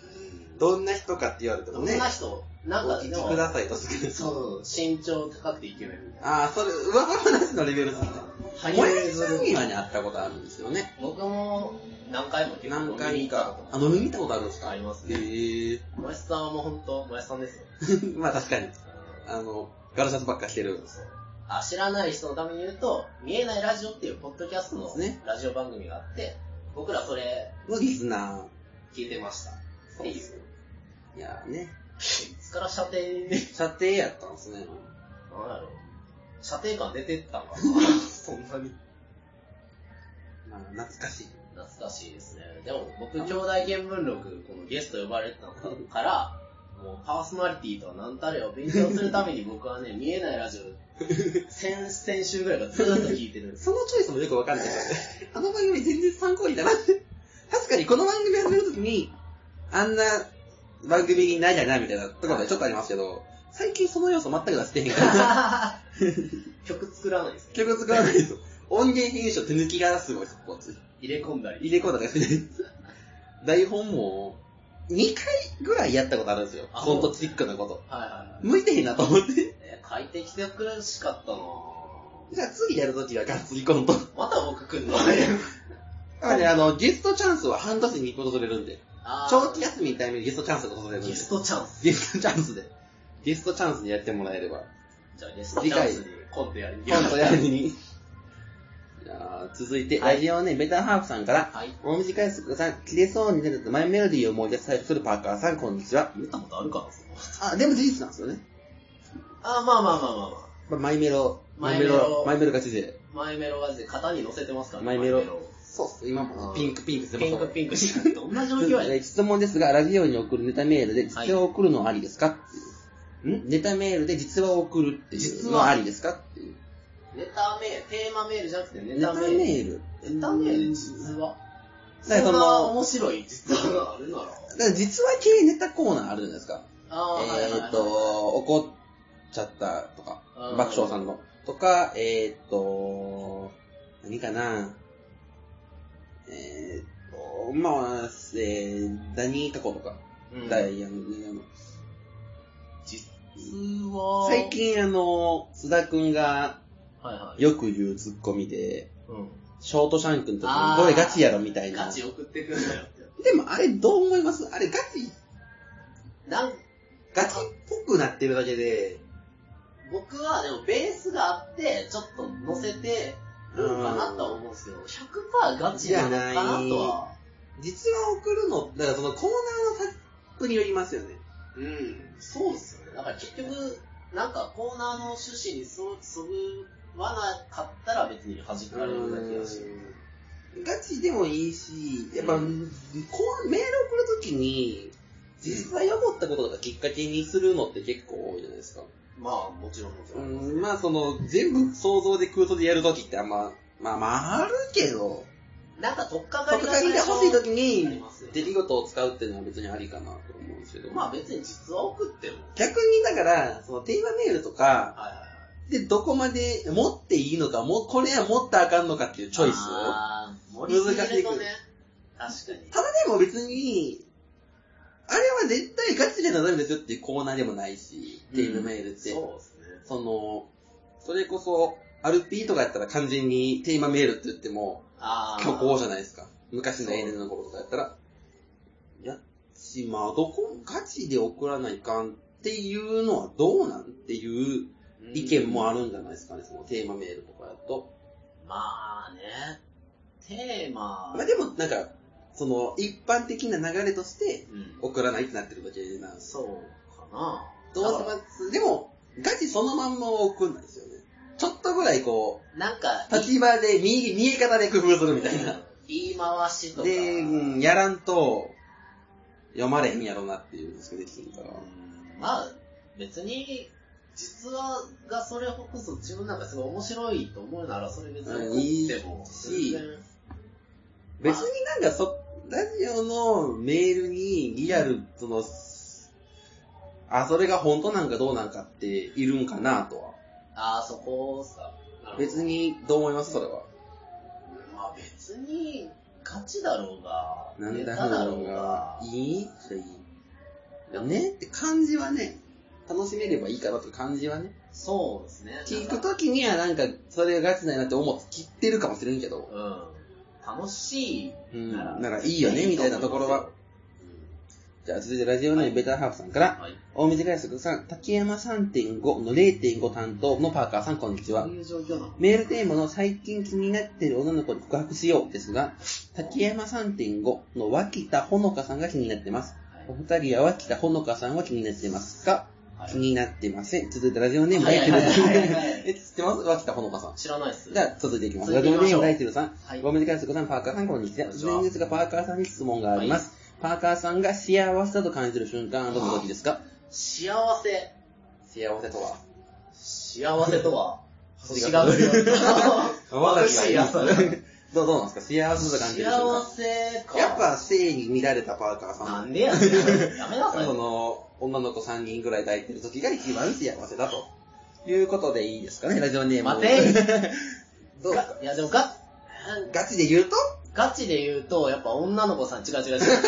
A: どんな人かって言われて
B: ど
A: も
B: ん
A: ね、
B: な人、
A: お
B: なんかで
A: 聞きく
B: も、
A: ださいとすぐ。
B: そう、身長高くてイケメンみたいな。
A: ああ、それ、噂話のレベルですね。
B: 羽生
A: 俺、
B: 結
A: ジュ
B: 弦
A: ニアに会ったことあるんですよね。
B: 僕も何回も結構
A: 何
B: 見
A: 回
B: に行った
A: か
B: こ。
A: あ、飲みに行ったことあるんです
B: と
A: か
B: あります
A: へ
B: ね。
A: ー。
B: もやしさんはもう本当、もやしさんですよ。
A: まあ確かに。あの、ガラシャツばっかしてる。
B: あ知らない人のために言うと、見えないラジオっていうポッドキャストの
A: そうですね
B: ラジオ番組があって、僕らそれ
A: のリスナ
B: 聞いてました。っていう。
A: ー。いやーね。
B: いつから射 程で、
A: 射程やったんですね。
B: なんやろ、射程感出てったんかなそんなに。
A: まあ懐かしい。
B: 懐かしいですね。でも僕、兄弟見聞録、このゲスト呼ばれてたのから、もうパーソナリティとは何たるやを勉強するため に僕はね、見えないラジオ、先先週ぐらいからずっと聞いてるん です。
A: そのチョイスもよくわかんないですよね。あの番組全然参考にならん。確かにこの番組始めるときに、あんな番組にないやなみたいなところでちょっとありますけど、最近その要素全く出してへんから。
B: 曲作らないですね。
A: 曲作らないですよ。音源編集手抜きがすごいです、こっち。
B: 入れ込んだり。
A: 入れ込んだりして。台本も、2回ぐらいやったことあるんですよ。
B: あ
A: コントチックなこと。
B: はいはいはい。
A: 向いてへんなと思って。
B: えー、書いてきてくれしかったなぁ
A: じゃあ次やるときはガッツリコント。
B: また僕来ん の
A: だからね、あの、ゲストチャンスは半年に1個取れるんで、
B: あー
A: 長期休みのタイミングでゲストチャンスが取れるんで、
B: ゲ
A: ゲス
B: ストチャンス。
A: トチャンスで、ゲストチャンスでやってもらえれば、
B: じゃあゲストチャンスにコントやりに
A: コントやるに。じゃあ、続いて、
B: はい
A: ラジオネームベターハーフさんから、
B: はい。
A: 大短いすさん、切れそうになるとマイメロディーを思い出されするパーカーさん、こんにちは。
B: 見たことあるかなそこ
A: あ、でも事実なんですよね。
B: あー、まあまあまあまあまあ。
A: まあマイメロ、
B: マイメロ
A: マイメロ勝ちで。
B: マイメロはで型に乗せてますから
A: マイメロ
B: マ
A: そうっす、今もピンクピンクしてます
B: ピンクピンクしてるどんな状況や ねん。
A: えー質問ですが、ラジオに送るネタメールで実話を送るのはありですか、ってい、うんネタメールで実話を送るっていうのはありですかっていう。
B: ネタメール、テーマメールじゃなくてネ
A: ネタ
B: タ
A: メ
B: メール。ネ
A: ール。
B: タメール、実は。
A: だから
B: そ
A: そ
B: んな
A: の
B: 面白い実話があるなら。
A: だから実話系ネタコーナーあるじゃないですか。
B: あー、はいはい
A: え
B: はい
A: ーっと、、怒っちゃったとか、
B: うん
A: 爆笑さんの。とか、えーっと、何かなえーっと、まあ、えー、ダニータコとか、
B: うん
A: ダイアン、あの
B: 実は、
A: 最、近あの、須田くんが
B: はいはい。
A: よく言うツッコミで、
B: うん。
A: ショートシャンクの時
B: あ
A: に、
B: ー
A: これガチやろみたいな。
B: ガチ送ってくんだよって。
A: でもあれどう思いますあれガチ、
B: なん
A: ガチっぽくなってるだけで、
B: 僕はでもベースがあって、ちょっと乗せてるんかなとは思うんですけど、100%ガチなのかなとは。
A: 実話を送るの、だからそのコーナーの作によりますよね。
B: うん、そうですよね。だから結局、なんかコーナーの趣旨にそそぐわなかったら別に弾かれるだけだし。
A: ガチでもいいし、やっぱ、
B: う
A: こうメール送るときに、実際思ったことがきっかけにするのって結構多いじゃないですか。
B: まあ、もちろんもち
A: う
B: ろん。
A: ん、まあその、全部想像で空想でやるときってあんま、まあまああるけど、
B: なんか取っかかり
A: 特
B: が
A: 会が欲しいとき
B: あり
A: に、
B: ますよね
A: 出来事を使うっていうのは別にありかなと思うんですけど。
B: まあ別に実は送っても。
A: 逆にだから、そのテーマメールとか、
B: はいはいはい。
A: で、どこまで持っていいのか、もう、これは持ったらあかんのかっていうチョイス。
B: あー盛りすぎるとね。確かに。
A: ただでも別に、あれは絶対ガチでなダメですよっていうコーナーでもないし、テーマメールって。
B: そうですね。
A: その、それこそ、アルピーとかやったら完全にテーマメールって言っても、
B: ああ。
A: 虚構じゃないですか。昔の AN の頃とかやったら。やっち、まあ、どこ、ガチで送らないかんっていうのはどうなんっていう意見もあるんじゃないですかね、そのテーマメールとかだと。
B: まあね、テーマ
A: ま、あでも、なんか、その、一般的な流れとして、
B: うん、
A: 送らないってなってるだけなんです。
B: そうかな。
A: どうせ
B: だか
A: まず、でも、ガチそのまんまは送んないですよね。ちょっとぐらいこう、
B: らなんか、
A: 立場で見、見え方で工夫するみたいな。
B: 言い回しとか。
A: で、うん、やらんと、読まれへんやろなっていうのしかできひんから。
B: うんまあ、別に、実話がそれこそ自分なんかすごい面白いと思うなら、それ別に送っても。
A: うんいいし
B: 全然
A: 別になんかそ、ラジオのメールにリアル、その、あ、それが本当なんかどうなんかっているんかなとは。
B: ああ、そこっすか。
A: 別
B: に。
A: に、どう思いますそれは。
B: まあ別に、勝ちだろうが、
A: なん
B: ネ
A: だ
B: タだろ
A: ろ
B: う
A: うが
B: が、、
A: いいそれいい。よねって感じはね、楽しめればいいかなって感じはね。
B: そうですね。
A: 聞くときにはなんか、それがガチだよなって思って切ってるかもしれんけど。
B: うん。楽しい
A: うん。
B: なら、
A: なんかいいよね、みたいなところは。じゃあ続いてラジオネームベターハーフさんか
B: うん。
A: ら、
B: はい。
A: 大水海賊さん、竹山3.5の0.5担当のパーカーさん、こんにち
B: ど
A: は
B: う。いう状況なの
A: メールテーマの最近気になってる女の子に告白しようですが、竹山3.5の脇田ほのかさんが気になってます。お二人は脇田ほのかさんは気になってますか
B: はい
A: 気になってません。続いてラジオネーム
B: はい
A: 大
B: は
A: 輝
B: い
A: さ
B: はい
A: ん。
B: はいはい
A: え、知ってます脇田ほのかさん。
B: 知らないっす。
A: じゃあ、続いていきます。
B: 続い
A: ラ
B: て
A: ジ
B: い
A: オ
B: き
A: ネ
B: まし
A: ー
B: ょ
A: ム
B: う
A: 大輝さん。
B: はい
A: ごめんなさい、さん、パーカーさん、こんにちは。
B: こん
A: 突
B: にちは
A: 然ですが、パーカーさんに質問があります。パーカーさんが幸せだと感じる瞬間はどの時ですか
B: 幸せ。
A: 幸せとは
B: 幸せとは、
A: 星
B: 星
A: が
B: が
A: 降
B: 降
A: る
B: る。
A: わ
B: 眩しい朝だ
A: どうどうなんですか幸せと感じる瞬
B: 幸
A: 間。
B: せか。
A: やっ、ぱ、性に乱れたパーカーさん。
B: なんでやねん。やめ なさい
A: そ。の、女の子3人ぐらい抱いてる時が一番幸せだと。いうことでいいですかね、ラジオネーム。
B: 待て
A: どうですか
B: がいや、でもガ、
A: ガチで言うと
B: ガチで言うと、やっぱ女の子さん、違う 違う違う。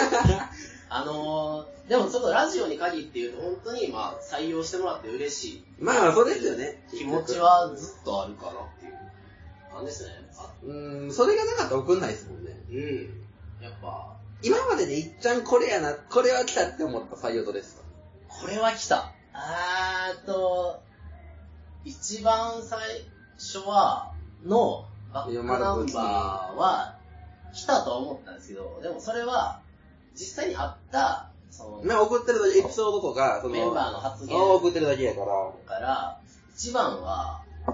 B: あのー、でもちょっとラジオに限って言うと、本当にまあ、採用してもらって嬉しい。
A: まあ、そうですよね。
B: 気持ちはずっとあるかなっていう感じですね。あ
A: うーん、それがなかったら送んないですもんね。
B: うん。やっぱ、
A: 今まででいっちゃんこれやな、これは来たって思った採用とですか
B: これは来た。あーっと、一番最初は、の、バックナンバーは、来たとは思ったんですけど、でもそれは、実際にあった、その、
A: まあ、送ってるだけ、エピソードとか、その、
B: メンバーの発言
A: あ送ってるだけやから。
B: から、一番は、や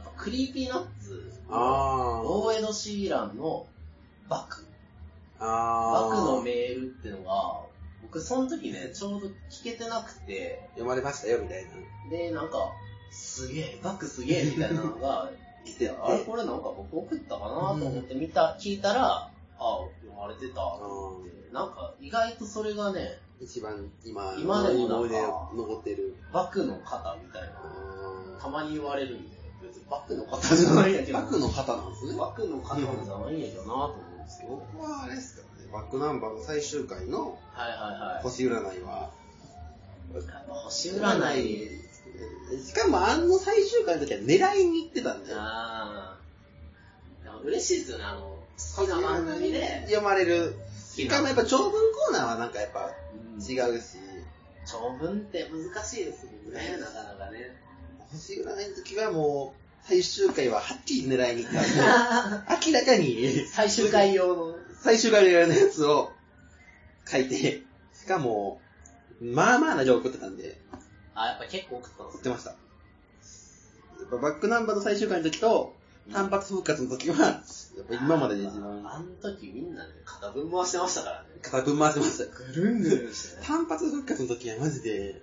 B: っぱクリーピーナッツ、
A: あー。
B: ローエド・シーランのバク、
A: あ
B: バ
A: ー。
B: クのメールってのが、僕その時ね、ちょうど聞けてなくて、
A: 読まれましたよ、みたいな。
B: で、なんか、すげえ、バックすげえ、みたいなのが 来て、あれこれなんか僕送ったかなと思って見た、聞いたら、あ読まれてた、
A: あ
B: と
A: ー
B: 思ってなんか意外とそれがね、
A: 一番今、
B: 今でもなんか
A: 思い出残ってる。
B: バックの方みたいな、た
A: あ
B: まに言われるんで、別にバックの方じゃないんや
A: ー
B: けど、
A: バックの方なんですね。
B: バックの方じゃないんやけどなと思うんですけど、
A: 僕はあれですからね、バックナンバーの最終回の
B: はいはいはい。
A: 星占いは、
B: やっぱ星占い、
A: しかもあの最終回の時は狙いに行ってたんだよ。
B: あー、なんか嬉しいですよね、あの、好きな番組で、
A: 読まれる。
B: 好き
A: し
B: な
A: かもやっぱ長文コーナーはなんかやっぱ違うし、
B: 長文って難しいですもんね、なかなかね。
A: 星占いの時はもう最終回ははっきり狙いに行 ったんで明らかに
B: 最終回用の。
A: 最終回のやるやつを書いて、しかも、まあまあな量送ってたんで、
B: あ、やっぱ結構送ったんで
A: 送っ
B: す
A: てました。やっぱバックナンバーの最終回の時と、単発復活の時は、やっぱ今までで一番、
B: あん時みんなね、片分回してましたからね。
A: 肩ぶん回してました。
B: ぐるんぐるんしてね。
A: 単発復活の時はマジで、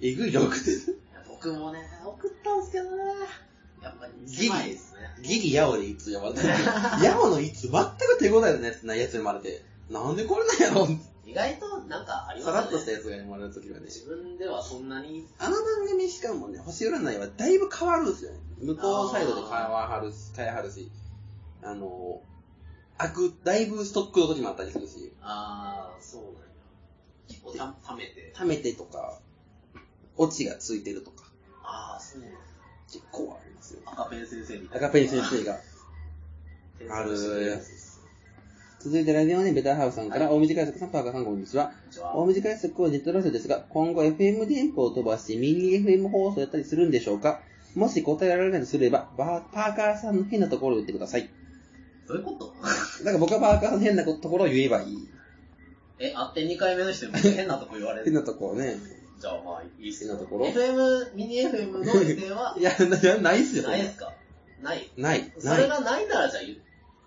A: えぐい量送ってる。
B: いや 僕もね、送ったんですけどね。やっぱり、狭いですね。
A: ギリヤオでいつ呼 ばれて、ヤオのいつ全く手応えのやつないやつ読まれて、なんでこれなんやろ
B: 意外となんかあり
A: さらっ
B: ます
A: と
B: よ
A: した
B: ね。
A: やつが読まれる時はね。
B: 自分ではそんなに、
A: あの番組しかもね、星占いはだいぶ変わるんですよね。向こうサイドで変わはるし、変えはるし、あの、開く、だいぶストックの時もあったりするし、
B: あー、そうなんや。結構た、ためて。
A: 溜めてとか、オチがついてるとか、
B: あー、そうなんや。
A: 結構ありますよ。
B: 赤ペン先生みたいな。
A: 赤ペン先生が。
B: 先生
A: あるやつです。続いてラジオネームベターハウスさんから、大水快速さん、パーカーさん、こんにちは。
B: こんにちは。
A: 大水快速をネットラジオですが、今後 FM 電波を飛ばしてミニ FM 放送やったりするんでしょうかもし答えられないとすれば、バーパーカーさんの変なところを言ってください。
B: どういうこと
A: なんか僕はパーカーさんの変なこところを言えばいい。
B: え、会って2回目の人に僕変なとこ言われ
A: 変
B: る。
A: なところね。
B: じゃあまあ、いいっす
A: 変
B: よ
A: なところ
B: FM、ミニ FM の予定は
A: いや、な ないっすよ。
B: ないですかない。
A: ない。
B: そ
A: ない
B: れ。がないならじゃあ言う、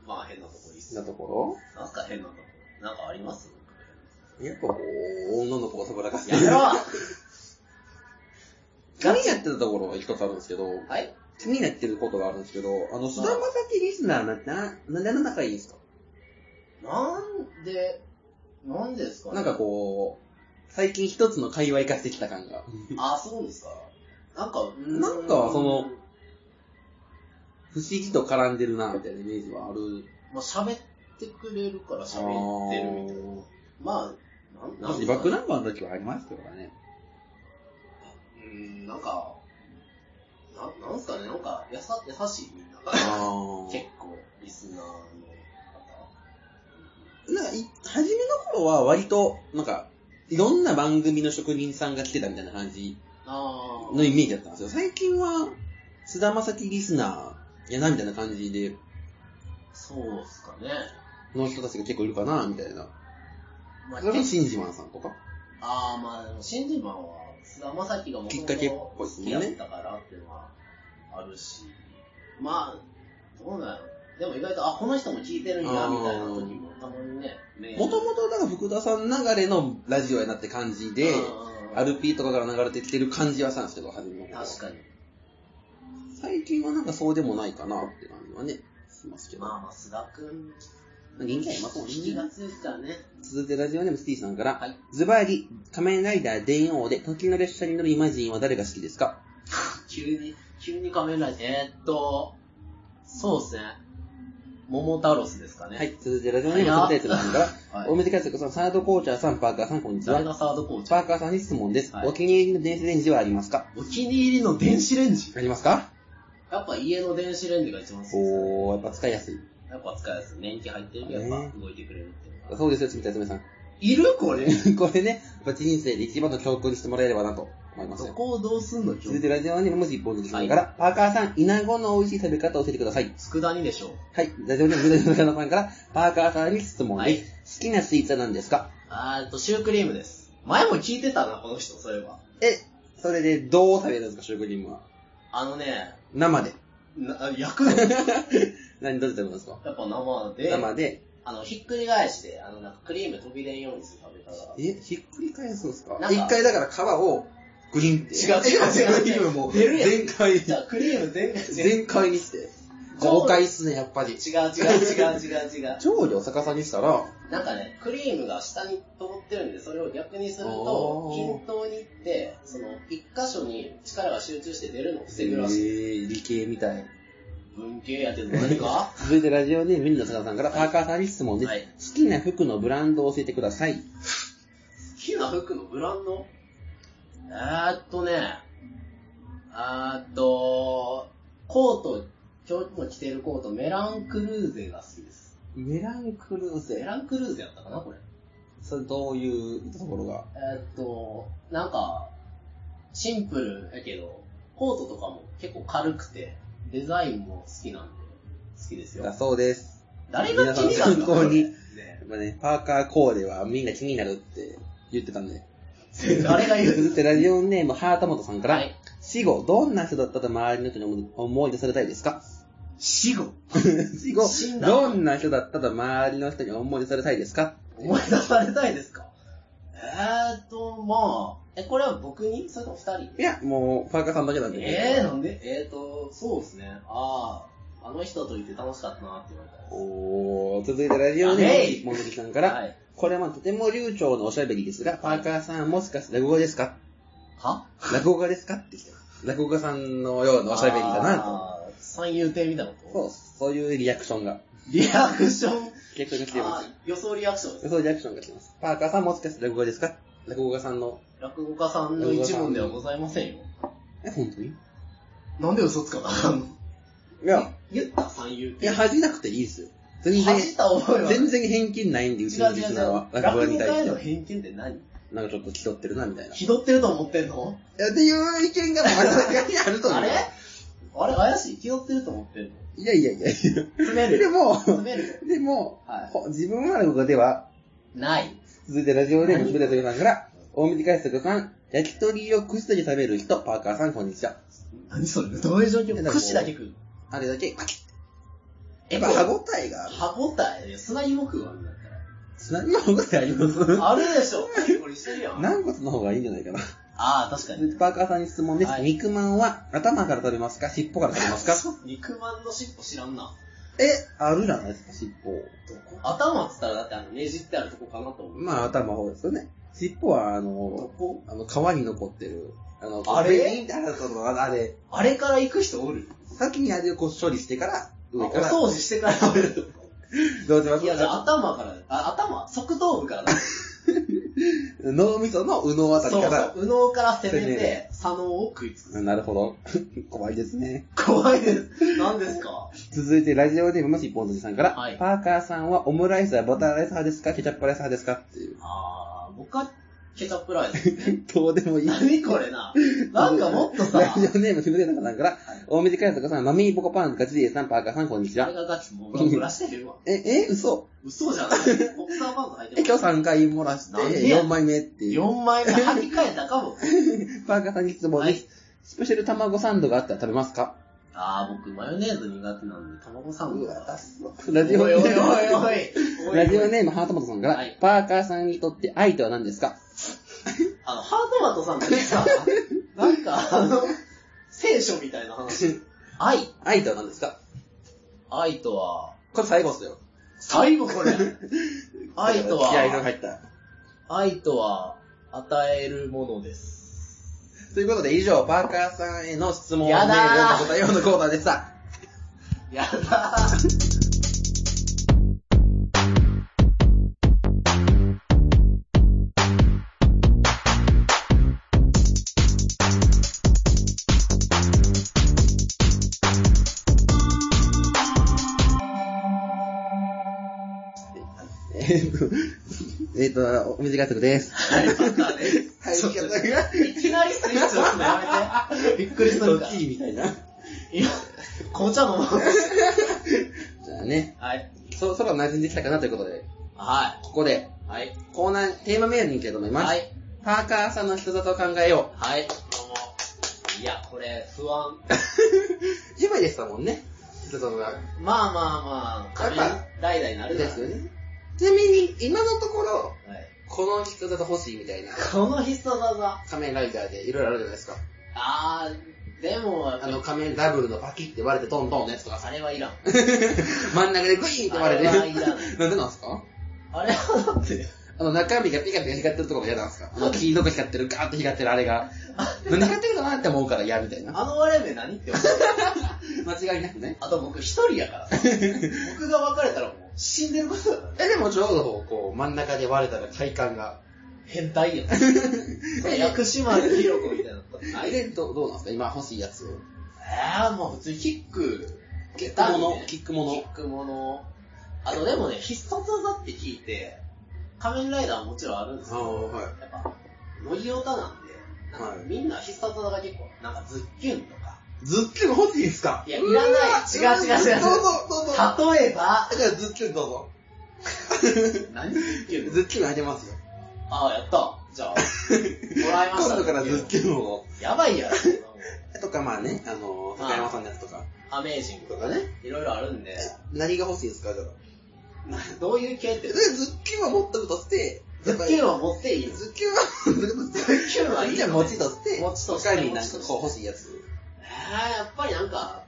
B: まあ変なとこいいっす
A: 変な
B: よ。
A: とこ
B: なんすか変なとこなんかあ ります
A: ろやっぱこう、女の子をそこらかす。
B: やめろは
A: 髪やってたところは一つあるんですけど、
B: い
A: 気になってることがあるんですけど、あの、菅田将暉リスナーなんてな、なんであんな仲いいんですか
B: なんで、なんですかね
A: なんかこう、最近一つの界隈化してきた感が。
B: あ、そうですか。なんか、うーん
A: なんかその、不思議と絡んでるな、みたいなイメージはある。
B: まあ喋ってくれるから喋ってるみたいな。まあ、なんなん
A: 確かにバックナンバーの時はありましたからね。
B: うん、なんか、ななんすかね、なんか、やさ、優しいみんな。
A: あ
B: 結構、リスナーの方。
A: なんかい、初めの頃は割と、なんか、いろんな番組の職人さんが来てたみたいな感じ
B: あ
A: のイメージだったんですよ。最近は、菅田将暉リスナーやな、みたいな感じで、
B: そうっすかね。
A: の人たちが結構いるかな、みたいな。
B: まあ、
A: それも
B: 結
A: シンジマンさんとか。
B: あー、まあ、でも、新人マンは、菅田将暉がも
A: きっかけっぽいっす
B: 好
A: もん
B: き
A: ね
B: やったからっていうのはあるし、まあ、どうなんやろ。でも意外と、あ、この人も聞いてるんや、みたいな時もたまにね、
A: もともと、だから福田さん流れのラジオやなって感じで、
B: ある
A: RP とかから流れてきてる感じはしたんですけど、初めの頃
B: 確かに。
A: 最近はなんかそうでもないかなって感じはね、しますけど。
B: まあまあ、須田くん。
A: 人気ありますもんね
B: 引きが強いですからね。
A: 続いてラジオネームスティさんから、
B: はい
A: ズバリ、仮面ライダー電王で時の列車に乗るイマジンは誰が好きですか
B: 急に、急に仮面ライダー。えーっと、そうですね。桃太郎ですかね。
A: はい、続いてラジオネームサブタイトルさんから、
B: はい。
A: 大水和子さん、サードコーチャーさん、パーカーさん、こんにち
B: 誰
A: は。
B: がサードコーチ
A: パーカーさんに質問です。
B: はい
A: お気に入りの電子レンジはありますか
B: お気に入りの電子レンジ
A: ありますか
B: やっぱ家の電子レンジが一番好きですね。
A: おー、やっぱ使いやすい。
B: やっぱ使いやすい。年季入ってるけど、やっぱ動いてくれるっていうのが。
A: そうですよ、みたいつめさん。
B: いるこれ
A: これね、やっぱ人生で一番の教訓にしてもらえればなと思います
B: そ
A: よ。
B: こをどうすんの今
A: 続い
B: 日。
A: てラジオネームもし一本ですから、パーカーさん、イナゴの美味しい食べ方を教えてください。
B: 佃煮でしょう。
A: はい、ラジオネームグレーの中野さんから、パーカーさんに質問
B: はい
A: です。好きなスイーツは何ですか
B: あーえっと、シュークリームです。前も聞いてたな、この人、そういえば。
A: え、それでどう食べるんですか、シュークリームは。
B: あのね、
A: 生で。
B: な 焼くのやっ
A: 何、どうやって食べるんですか
B: ぱ生で、
A: 生で。
B: あの、ひっくり返して、あの、なんかクリーム飛び出んようにする食べ方が。
A: え、ひっくり返すんですか
B: なんか
A: 一回だから皮をグリンって。
B: 違う違う違う
A: シュークリームも
B: 出るやん
A: 全開、
B: じゃあ、クリーム全部違う
A: 全開にして。豪快っすね、やっぱり。
B: 違う違う違う違う。
A: 調理を逆さにしたら、
B: なんかね、クリームが下に通ってるんで、それを逆にすると
A: お、ー
B: 均等にいって、その、一箇所に力が集中して出るのを
A: え
B: 防ぐらしい。
A: ー、理系みたい。
B: 文系やけど何 か
A: 続いてラジオネームミニの坂田さんからパーカーさんに質問です。
B: はい
A: 好きな服のブランドを教えてください。
B: 好きな服のブランドえーっとね、あーっと、コート、今日も着てるコート、メランクルーゼが好きです。
A: メランクルー
B: メ
A: ゼ。
B: ランクルーゼやったかな、これ。
A: それどういうところが
B: えーっと、なんか、シンプルやけど、コートとかも結構軽くて、デザインも好きなんで、好きですよ
A: だ。そうです。
B: 誰が気に
A: 皆
B: なるの
A: さん参考に
B: これね
A: やっぱね、パーカーコーデはみんな気になるって言ってたん で。
B: 誰が言う
A: 続いてラジオネームハートモトさんから、
B: はい。
A: 死後、どんな人だったと周りの人に思い出されたいですか
B: 死後。
A: 死後
B: 死ん、だ
A: どんな人だったと周りの人に思い出されたいですか
B: 思い出されたいですかえーっと、まあ、え、これは僕にそれとも二人
A: いや、もう、パーカーさんだけなんで。
B: ええー、なんでえーっと、そうですね。ああ、あの人といて楽しかったなって言われたです。
A: おー、続いてラジオネ
B: やめ
A: ー
B: い
A: ムモノキさんから、
B: はい。
A: これはとても流暢のおしゃべりですが、パーカーさんもしかして落語家ですか
B: は
A: 落語家ですかって来てます。落語家さんのようなおしゃべりだなと。
B: あー三遊亭みたいなこと
A: そう、そういうリアクションが
B: リアクション
A: 結構来てま
B: あ
A: す。
B: ー予想リアクションです。
A: そういうリアクションが来てます。パーカーさんもしかして落語家ですか落語家さんの、
B: 落語家さんの一問ではございませんよ。
A: え、本当にい
B: なんで嘘つかなあかんの
A: や、
B: 言った三遊
A: いや、
B: 亭。
A: 恥じなくていいですよ。全然
B: 恥、じた覚えは。
A: 全然偏見ないんで、う
B: 違
A: ちの
B: う
A: リ
B: 違う
A: ス
B: 違
A: ナーは
B: う。。
A: 落語
B: 落
A: に
B: 語
A: 対
B: 家へ
A: し
B: の
A: て。
B: 偏見って何
A: なんかちょっと気取ってるな、みたいな。
B: 気取ってると思ってんの
A: いやっていう意見が真ん中にあると思う。
B: あれあれ怪しい気取ってると思ってんの
A: いやいやいやいや。
B: 詰める
A: で
B: よ。
A: も、
B: 詰めるよ。
A: でも、
B: はい
A: ほ自分は落語では、
B: ない。
A: 続いてラジオネームつぶやさんから、大水海賊さん、焼き鳥を串だけ食べる人、パーカーさん、こんにちは。
B: 何それどういう状
A: いやで
B: 況
A: も
B: 串だけ食う。
A: あれだけ、パキッ
B: え、
A: やっぱ歯応えがある。
B: 歯応え砂芋食うわ、みんなだったら。
A: 何の方があります
B: あるでし ょコリコリしてるやん。あ
A: 軟骨の方がいいんじゃないかな。
B: あー、確かに。
A: パーカーさんに質問です。
B: はい
A: 肉まんは頭から食べますか尻尾から食べますか
B: 肉まんの尻尾知らんな。
A: え、あるじゃないですか、尻尾。
B: どこ頭っつったらだってあの、ねじってあるとこかなと思う。
A: まあ、頭の方ですよね。尻尾は、あ
B: ど
A: の、
B: こ
A: あの、皮に残ってる。あの、
B: あれ
A: ペリンってあるとこああれ、
B: あれから行く人おる
A: 先にあれをこう処理してから、
B: お
A: 上から。
B: 掃除してから食べ る。
A: どうします
B: いや、じゃあ頭から、あ、頭側頭部からだ。
A: 脳みその右脳あたり
B: そう
A: か
B: そう
A: ら。。
B: 右脳から攻め
A: 攻め
B: て、左脳を食いつく。
A: なるほど。 怖いですね。
B: 怖いです。何ですか
A: 続いて、ラジオネームのしっぽんとじさんから、
B: はい
A: パーカーさんはオムライスはバターライス派ですかケチャップライス派ですかっていう。
B: あー、僕はケチャップライス。
A: どうで もいい。
B: 何これな。なんかもっとさ、
A: ラジオネーム、ひむでなかさんから、大水海賊さん、マミーポコパンズ、ガチデイさん、パーカーさん、こんにち
B: あれ
A: は。
B: がガチもう漏らしてるわ。
A: え、え、嘘
B: 嘘じゃ ない。ボクサーバンド入って
A: え、今日3回漏らして、
B: なんでや
A: 4枚目っていう。
B: 4枚目履き替えたかも。
A: パーカーさんに質問です。スペシャル卵サンドがあったら食べますか
B: あー、僕、マヨネーズ苦手なんで、卵サンド。
A: すラジオネ
B: おいおいおい
A: ーム、
B: おい。
A: ラジオネーム、ハートマトさんから、
B: はい
A: パーカーさんにとって愛とは何ですか
B: あの、ハートマトさんだけ さ、なんか、あの、聖書みたいな話。愛
A: 愛とは何ですか
B: 愛とは、
A: これ最後っすよ。
B: 最後これ。愛と
A: 気合の
B: は、
A: 入った。
B: 愛とは、与えるものです。
A: ということで、以上、パーカーさんへの質問をメー
B: や
A: ル
B: だ
A: で
B: ー
A: 答えようのコーナーでした。
B: やだー。
A: えーっと、えーっと、お水がくです。
B: はい、バカです。
A: はい、
B: ちょっと
A: 方が。
B: いきなりスイッチ押すのやめて。びっくりするから。
A: みたいな。じ
B: 今、紅茶飲もうとして
A: ゃあね、
B: はい。
A: そろそろ馴染んできたかなということで、
B: は
A: ここで、
B: い。はい。
A: コーナー、テーマメールに行きたいと思います。
B: はい。
A: パーカーさんの人里を考えよ
B: はい。どうも。いや、これ、不安。
A: う。1枚でしたもんね。人里が。
B: まあまあまあ、仮面ライダーになる
A: ですよ
B: ね。
A: ね。ちなみに、今のところ、
B: はい。
A: この人里欲しいみたいな、
B: この必殺技。
A: 仮面ライダーでいろいろあるじゃないですか。
B: あー、でも、
A: あの、仮面ダブルのパキって割れてトントンのやつとか さ、
B: あれはいらん。
A: 真ん中でグイーンって割れて
B: あれはいらない
A: なんでなんですか
B: あれはだ って、
A: あの、中身がピカピカ光ってるところが嫌なんですかあの、黄色く光ってる、ガーッと光ってるあれが。何光ってるかなって思うから嫌みたいな。
B: あの割れ目何って思う。
A: 間違いなくね。
B: あと僕一人やから。僕が別れたらもう死んでることだから。
A: え、でもちょうどこう、真ん中で割れたら体感が。
B: 変 態やん。それ薬師丸ひろ子みたいになった。
A: あ
B: ない
A: れどどうなんですか今欲しいやつ。
B: あー、もう普通にキック、
A: キックもの
B: ね
A: キックもの
B: キックもの。あとでもね、必殺技って聞いて、仮面ライダーはもちろんあるんですけど、
A: はい。
B: やっぱ、ノリオタなんで、なんか
A: はい
B: みんな必殺技が結構、なんかズッキュンとか。
A: ズッキュン欲しいですか
B: いやいらないう
A: わ
B: 違う違う違う
A: どうぞ、どうぞ。
B: 例えば、
A: じゃあズッキュンどうぞ。
B: 何ズッキュン
A: ズッキュンあげますよ。
B: ああ、やった。じゃあ、もらいまし
A: 今
B: た。
A: 度からズッキュンを。
B: ュン。やばいやろ、そんなもん
A: とかまあね、あの、高山さんのやつとか。
B: アメージング
A: と
B: と
A: か
B: か
A: ね
B: ね。いろいろあるんで、
A: 何が欲しいですかじゃあ。
B: どういう系って
A: で、、ズッキュンは持っとくとして、
B: ズッキュ
A: ン
B: ンは持っていいの
A: ズッキュンは持っとくとして、
B: キュンはいい
A: じ
B: よ
A: ゃあ
B: ね
A: 持ちとして、
B: 持ちとして
A: 他になんかこう欲しいやつ。
B: えー、やっぱりなんか、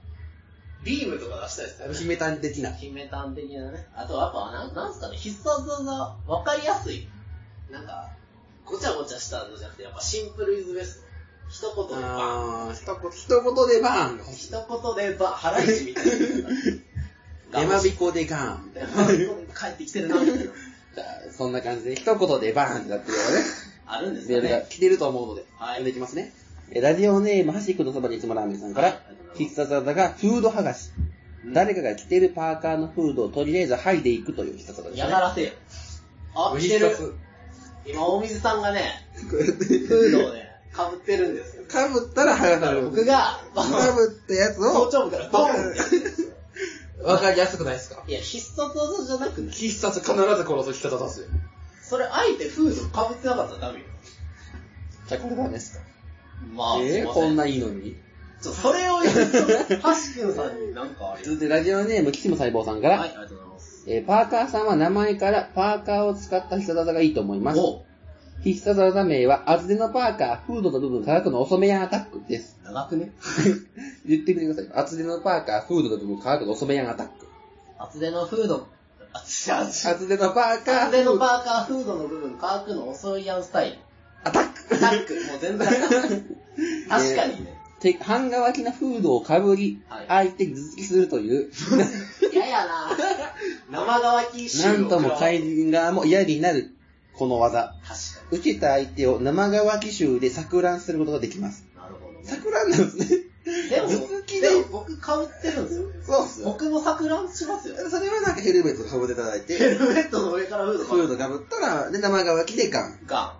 B: ビームとか出したいですよね。
A: 姫谷的な。
B: 決めたん的なね。あとやっぱ、なんなんすかね、必殺技分かりやすい。なんか、ごちゃごちゃしたのじゃなくて、やっぱシンプルイズベスト。一言でバン。
A: あー、一言、一言でバーンが欲しい。
B: 一言でバン。腹いじみたいな。
A: デマビコでガーン。
B: デマビコ帰ってきてるな、みたいな。
A: じゃあ、そんな感じで、一言でバーンってなってるよ ね。
B: あるんです
A: メ
B: か
A: ールが
B: ね。
A: 来てると思うので、
B: はい
A: 読んでいきますね。えラジオネーム、はしくのそばにいつもラーメンさんから、必殺技がフード剥がし。
B: うん
A: 誰かが着てるパーカーのフードをとりあえず剥いでいくという必殺技です
B: 嫌
A: ね。
B: がらせよ。あ、来てる。今、大水さんがね、
D: こうやって、
B: フードをね、被ってるんですよ。
D: かぶったら剥がさ
B: だか
D: れ
B: ら
D: る。
B: 僕が、
D: かぶったやつ
B: 頭
D: を、
B: 頂部からドーンってやってるんですよ。
E: わかりやすくないですか
B: いや、必殺技じゃなくない
E: 必殺必ず殺す必殺出すよ。
B: それ、あえてフード被ってなかったらダメよ。
E: じゃあこれダメですか
B: まあ、すい
A: えー
B: ま
A: こ
B: せ
A: ん
B: ん。
A: ないいのに。
B: ちょ、それを言うと、ハシ君さんになんかあれ。
A: 続いてラジオネーム、キシム細胞さんか
B: は
A: ら、
B: い、ありがとうござい ます。
A: えーパーカーさんは名前からパーカーを使った必殺技がいいと思います。
B: お
A: 必殺技名は、厚手のパーカー、フードの部分乾くの遅めやんアタックです。
B: 長くね
A: 言ってみてください。厚手のパーカー、フードの部分乾くの遅めやんアタック。
B: 厚手のフード、厚手、厚手
A: 厚手のパーカー、
B: 厚手のパーカーフードの部分乾くの遅いやんスタイル。
A: アタック
B: タック、もう 全然。確かにね。
A: て半乾きのフードをかぶり、
B: はい
A: 相手に頭突きするという、
B: 嫌やな生乾き臭
A: なんとも
B: 確か
A: 怪人側も嫌になる、この技。
B: に。
A: 受けた相手を生乾き臭で錯乱することができます。
B: なるほどね。
A: 錯乱なんですね。
B: でも、
A: 頭突きで
B: でも僕被ってるんですよ。
D: そうっすよ。
B: 僕も錯乱しますよ。
D: それはなんかヘルメットかぶっていただい
B: ヘ
D: て、
B: ルメットの上からフード
D: フー
B: 被
D: ドかぶったら、で、生乾きでガン。
B: るか。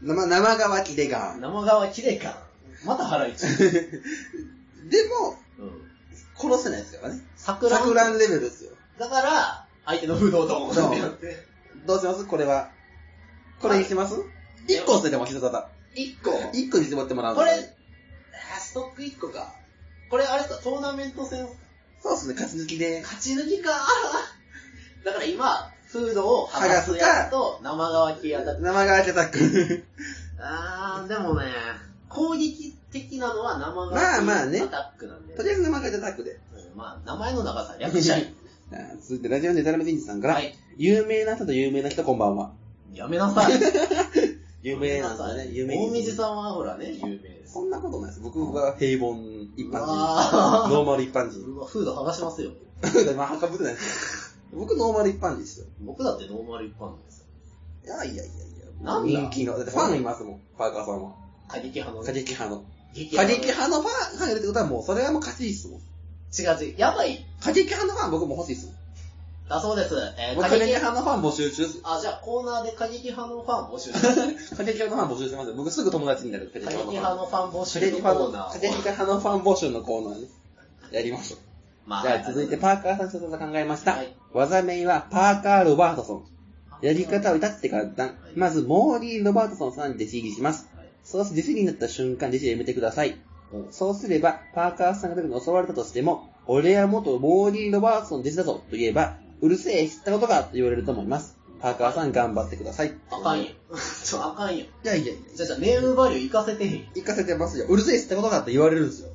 D: 生、生乾きでガン。で
B: 生乾きでか。また腹一。
D: も、
B: うん。
D: 殺せないですからね。
B: 錯乱。
D: 錯乱レベルですよ。
B: だから、相手のフードをドーンってやって。
D: どうしますこれは。これにします
B: い
D: 一個捨てても必殺技。
B: 一個。
D: 一個に絞ってもらうんで
B: これ、あーストック1個か。これあれですか、トーナメント戦
D: そうっすね、勝ち抜きで。
B: 勝ち抜きか。 だから今、フードを剥がすやつと生乾きやだ。
D: 生乾きアタック。
B: あー、でもね、攻撃的なのは生
D: まあまあ
B: 乾
D: ね
B: きアタックなんで。
D: とりあえず生乾きアタックで。
B: うんまあ、名前の長さ、略したい。
A: あー続いて、ラジオネームダラメ人事さんから、
B: はい。
A: 有名な人と有名な人こんばんは。
B: やめなさい。
A: 有名なんだね、有名
B: 大水
A: ん。
B: さんはほらね、有名です。
D: そんなことないです。僕
A: 僕
D: は
A: は平凡一般
B: わ
A: 人。
B: ー
A: ノーマル一般人。
B: うわ、フード剥がしますよ。
D: まあ、かぶってないですよ。僕、ノーマル一般人ですよ。
B: 僕だってノーマル一般なんですよ。
D: いやいやいやいや。
B: なんだ
A: 人気の。だってファンいますもん、パーカーさんは。
B: 過激派の
A: 過激派の。
B: 激
D: 過激派のファンがいるってことはもう、それはもう勝ちですもん。
B: 違う違う。やばい。
D: 過激派のファン僕も欲しいですもん。
B: だそうです。えー、
D: 僕、
B: 過
D: 過激
B: 激派。
D: 派のファン募集 中です。
B: あ、じゃあコーナーで過激派のファン募集します。
D: 過激派のファン募集してますよ。僕すぐ友達になる、過激
B: 過激
D: 派のファ
B: 派
D: ン。
B: のファン募
A: 過
B: 集
A: 激
B: の
A: 派
B: コ
A: の、
B: ーナ
A: 過
B: ー
A: 激派のファン募集のコーナーね。やりましょう。
B: ま
A: じゃあ続いて、パーカーさんちょっと考えました。
B: はい
A: 技名はパーカー・ロバートソン。やり方を至って簡単。まず、モーリー・ロバートソンさんに弟子入りします。そうする弟子になった瞬間、弟子をやめてください。そうすれば、パーカーさんが誰かに襲われたとしても、俺は元モーリー・ロバートソンの弟子だぞと言えば、うるせえ、知ったことかと言われると思います。パーカーさん頑張ってください。
B: あかんよ。ちょ、あかんよ。
D: いやいやいや。
B: じゃあじゃあネームバリュー行かせてへんよ。
D: 行かせてますよ。うるせえってことだって言われるんですよ。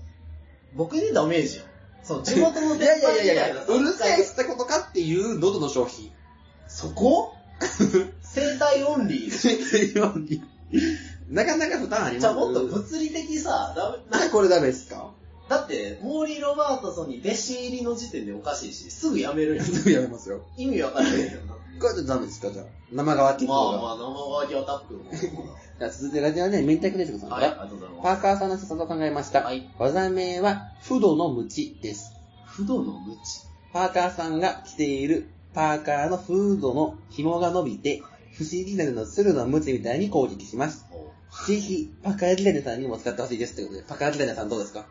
B: 僕にダメージよ。そう、地元の
D: いや
B: 先
D: いやいや
B: 輩みた
D: いや
B: いな。、
D: うるせえってことかっていう喉の消費。
B: そこ生体オンリー。
D: なかなか負担あります
B: じゃあもっと物理的さ、ダメ、
D: なんでこれダメですか
B: だって、モーリー・ロバートソンに弟子入りの時点でおかしいし、すぐ辞めるやん。
D: すぐやめますよ。
B: 意味わからへん よな。ま
D: これじゃダメですかじゃあ。生乾き
B: あ
D: の方が。
B: まあ、生乾きアタックも。
A: じゃあ続いてラジオネーム、明太クレジコさんか
B: はい、あり
A: ら、
B: がとうござ
A: パ
B: います。
A: ーカーさんの必殺を考えました。
B: はい
A: 技名は、不動の無知です。
B: 不動の無知。
A: パーカーさんが着ているパーカーのフードの紐が伸びて、不思議なるの鶴のムチみたいに攻撃します。ぜひ、パカギラネさんにも使ってほしいですってことで、パカギラネさんどうですか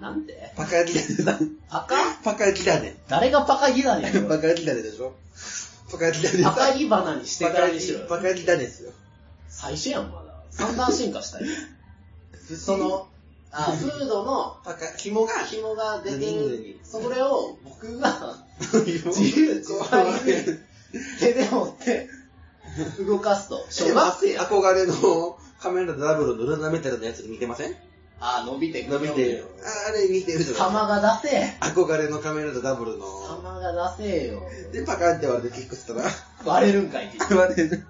B: なんて
D: パカギラネさん。
B: パカ
D: パカギラネ。
B: 誰がパカギだね ん。
D: パカギラネでしょパカギラネ
B: パ
D: さ
B: カ
D: ん。
B: ギバナにして
D: パ
B: から
D: カ
B: にし
D: ギ
B: ろよ、
D: パカギラネですよ。
B: 最初やん、まだ。三段進化した い。その、あ、フードの
D: パカ、紐が、
B: 紐が出てる
D: う。
B: それを僕が自 由自在に手で持って動かす と。小
D: えま
B: 学
D: す
B: 生やん。
D: 憧れの仮面ライダーダブルのルナメタルのやつに似てません
B: あ、伸びてく
D: 伸びてる。あれ似てるじゃん。
B: 玉が出せえ。
D: 憧れの仮面ライダーダブルの。
B: 玉が出せえよ。
D: で、パカンって割れてキックしたら、
B: 割れるんかいって。
D: 割れる。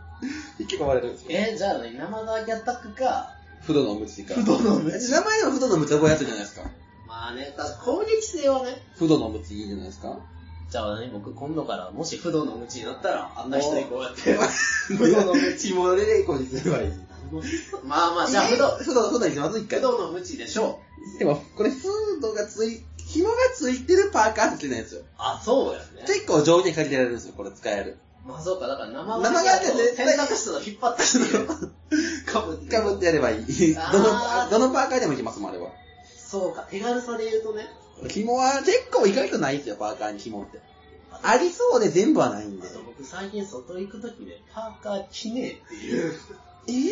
D: 結構割れるんですよ。
B: え、じゃあ何、生だけアタックか。
A: 不動の無知か。
B: 不動の無知。
D: 名前でも不動の無茶覚えやすいじゃないですか。
B: まあね、確か攻撃性はね。
A: 不動の無知いいじゃないですか
B: じゃあね、僕今度から、もし不動の無知になったら、あんな人にこうやって、不動の無知。
D: チモレレイコにすればいい。
B: まあまあ、じゃあ
D: え
B: 不動、
D: 不動、不動にします一
B: 不
D: 回。
B: 動の無知でしょ
A: でも、これ、
D: フードがつい、
A: 紐がついてるパーカーってないんですよ。
B: あ、そうやね。
A: 結構上限限られるんですよ、これ使える。
B: まあそうか、だから生
A: 生乾
B: ガキ
A: き
B: だ
A: は
B: と
A: 絶対
B: 洗濯室の引っ張ったして、かぶって。
A: かぶってやればいい。ど
B: あー
A: の、どのパーカーでもいきますもん、あれは。
B: そうか、手軽さで言うとね。
A: 紐は結構意外とないんですよ、パーカーに紐って。ありそうで全部はないん
B: あ
A: で。
B: と僕最近外行くときね、パーカー着ねえっていう。
A: ええ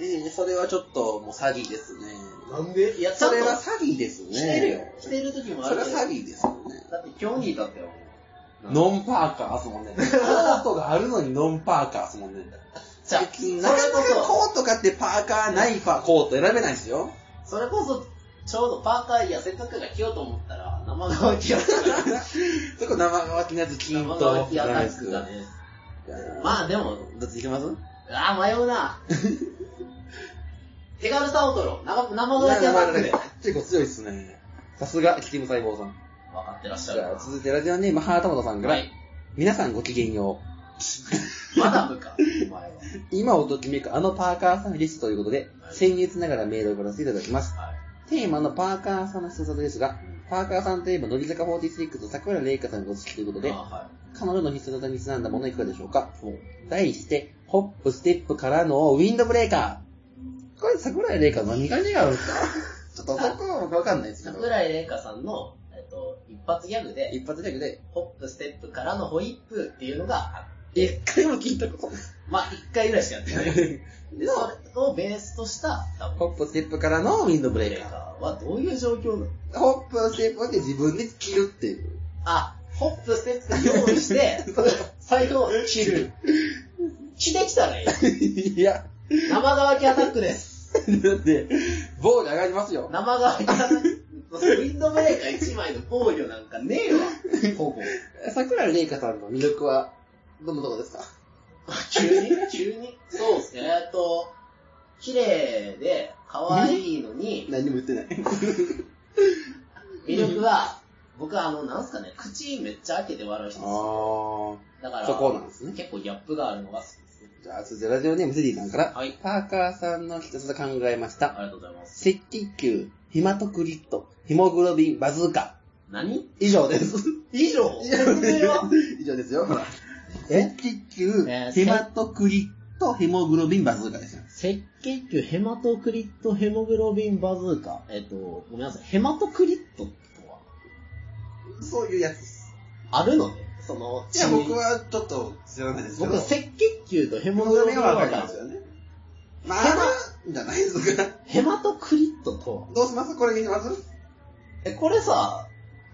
A: ええそれはちょっともう詐欺ですね。
F: なんで
B: いや、ちゃ
A: そ
B: んと
A: れは詐欺ですね。
B: 着てるよ。着てるときもあ
A: そ
B: る
A: れ
B: け
A: は詐
B: ど。
A: 欺ですよね。
B: だって今日に至ってはもう。な
A: ノンパーカーっすもんね。コートがあるのにノンパーカーっすもんね。
B: じゃあ、
A: な
B: それ
A: かなか
B: こ
A: コート買ってパーカーないパーコート選べないですよ。
B: そ、それこそ、ちょうどパーカー、いや、せっかくが着ようと思ったら、生乾きやったから。
A: そこ生乾きのやつ金
B: 生
A: と。
B: 乾きアタックがね。まあでも、
A: どっち行きます
B: ああ、迷う な。手軽さを取ろう。生生乾きアタックで。分
A: 結構強いっすね。さすが、キティム細胞さん。
B: かってらっし
A: じ
B: ゃる
A: ゃあ、続いてラジオネーム、ハートモトさんか
B: は
A: ら、
B: い。
A: 皆さんごきげんよう。
B: マダムか、お前は。
A: 今をときめくあのパーカーさんリストということで、
B: はい
A: 僭越ながらメールを送らせていただきます。
B: はい。
A: テーマのパーカーさんの必殺ですが
B: ん、
A: パーカーさんといえば乃木坂46と桜玲香さんがお好きということで
B: あ、は
A: 彼女の必殺技にちなんだものいかがでしょうか
B: い。そう。
A: 題して、ホップ、ステップからのウィンドブレーカー。これ桜井玲香の何が違うんですか ちょっとそこは僕わかんないですけど。
B: 桜井玲香さんの、えっと、一発ギャグで、
A: 一発ギャグで、
B: ホップ、ステップからのホイップっていうのが、
A: 一回も聞いたことない。
B: まあ、一回ぐらいしかやってない。で、それをベースとした、多 分、
A: ホップ、ステップからのウィンドブレ
B: レ
A: ー
B: ー
A: カ
B: カーはどういう状況なの
A: ー。ホップ、ステップって自分で切るっていう。
B: あ、ホップ、ステップ用意して、それを切る。着てきたらいい。
A: いや、
B: 生乾きアタックです。
A: だって、棒で上がりますよ。
B: 生乾きアタック。ウィンドブレーカー1枚の防御なんかねえわ。ほぼ。
A: 桜井玲香さんの魅力は、どんなとこですか
B: 急に急にそうですね。えっと、綺麗で可愛いのに、
A: 何も言ってない。
B: 魅力は、僕はあの、なんすかね、口めっちゃ開けて笑う人です。
A: そ
B: だから、
A: こなんですね。
B: 結構ギャップがあるのが好きですね。
A: じゃあ、続いてラジオネームセディさんから、
B: はい。
A: パーカーさんの一つ考えまし
B: あ
A: た。
B: りがとうございます。
A: 赤血球、ヘマトクリット、ヘモグロビン、バズーカ。
B: 何
A: 以上です。
B: 以上
A: 以上ですよ、ほら。赤血球
B: えー、
A: ヘマトクリット、ヘモグロビン、バズーカですよ。
B: 赤血球ヘマトクリットヘモグロビンバズーカ。えっと、ごめんなさい。ヘマトクリットとは
A: そういうやつです。
B: あるのね。その、
A: いや、僕はちょっと知らないですけど。
B: 僕、赤血球とヘ
A: ヘ
B: モ
A: モ
B: グ
A: グロ
B: ロビ
A: ビ
B: ン
A: ンはわかりますよね。まあ、あるんじゃないですか。
B: ヘマトクリットとは
A: どうしますこれにします
B: え、これさ、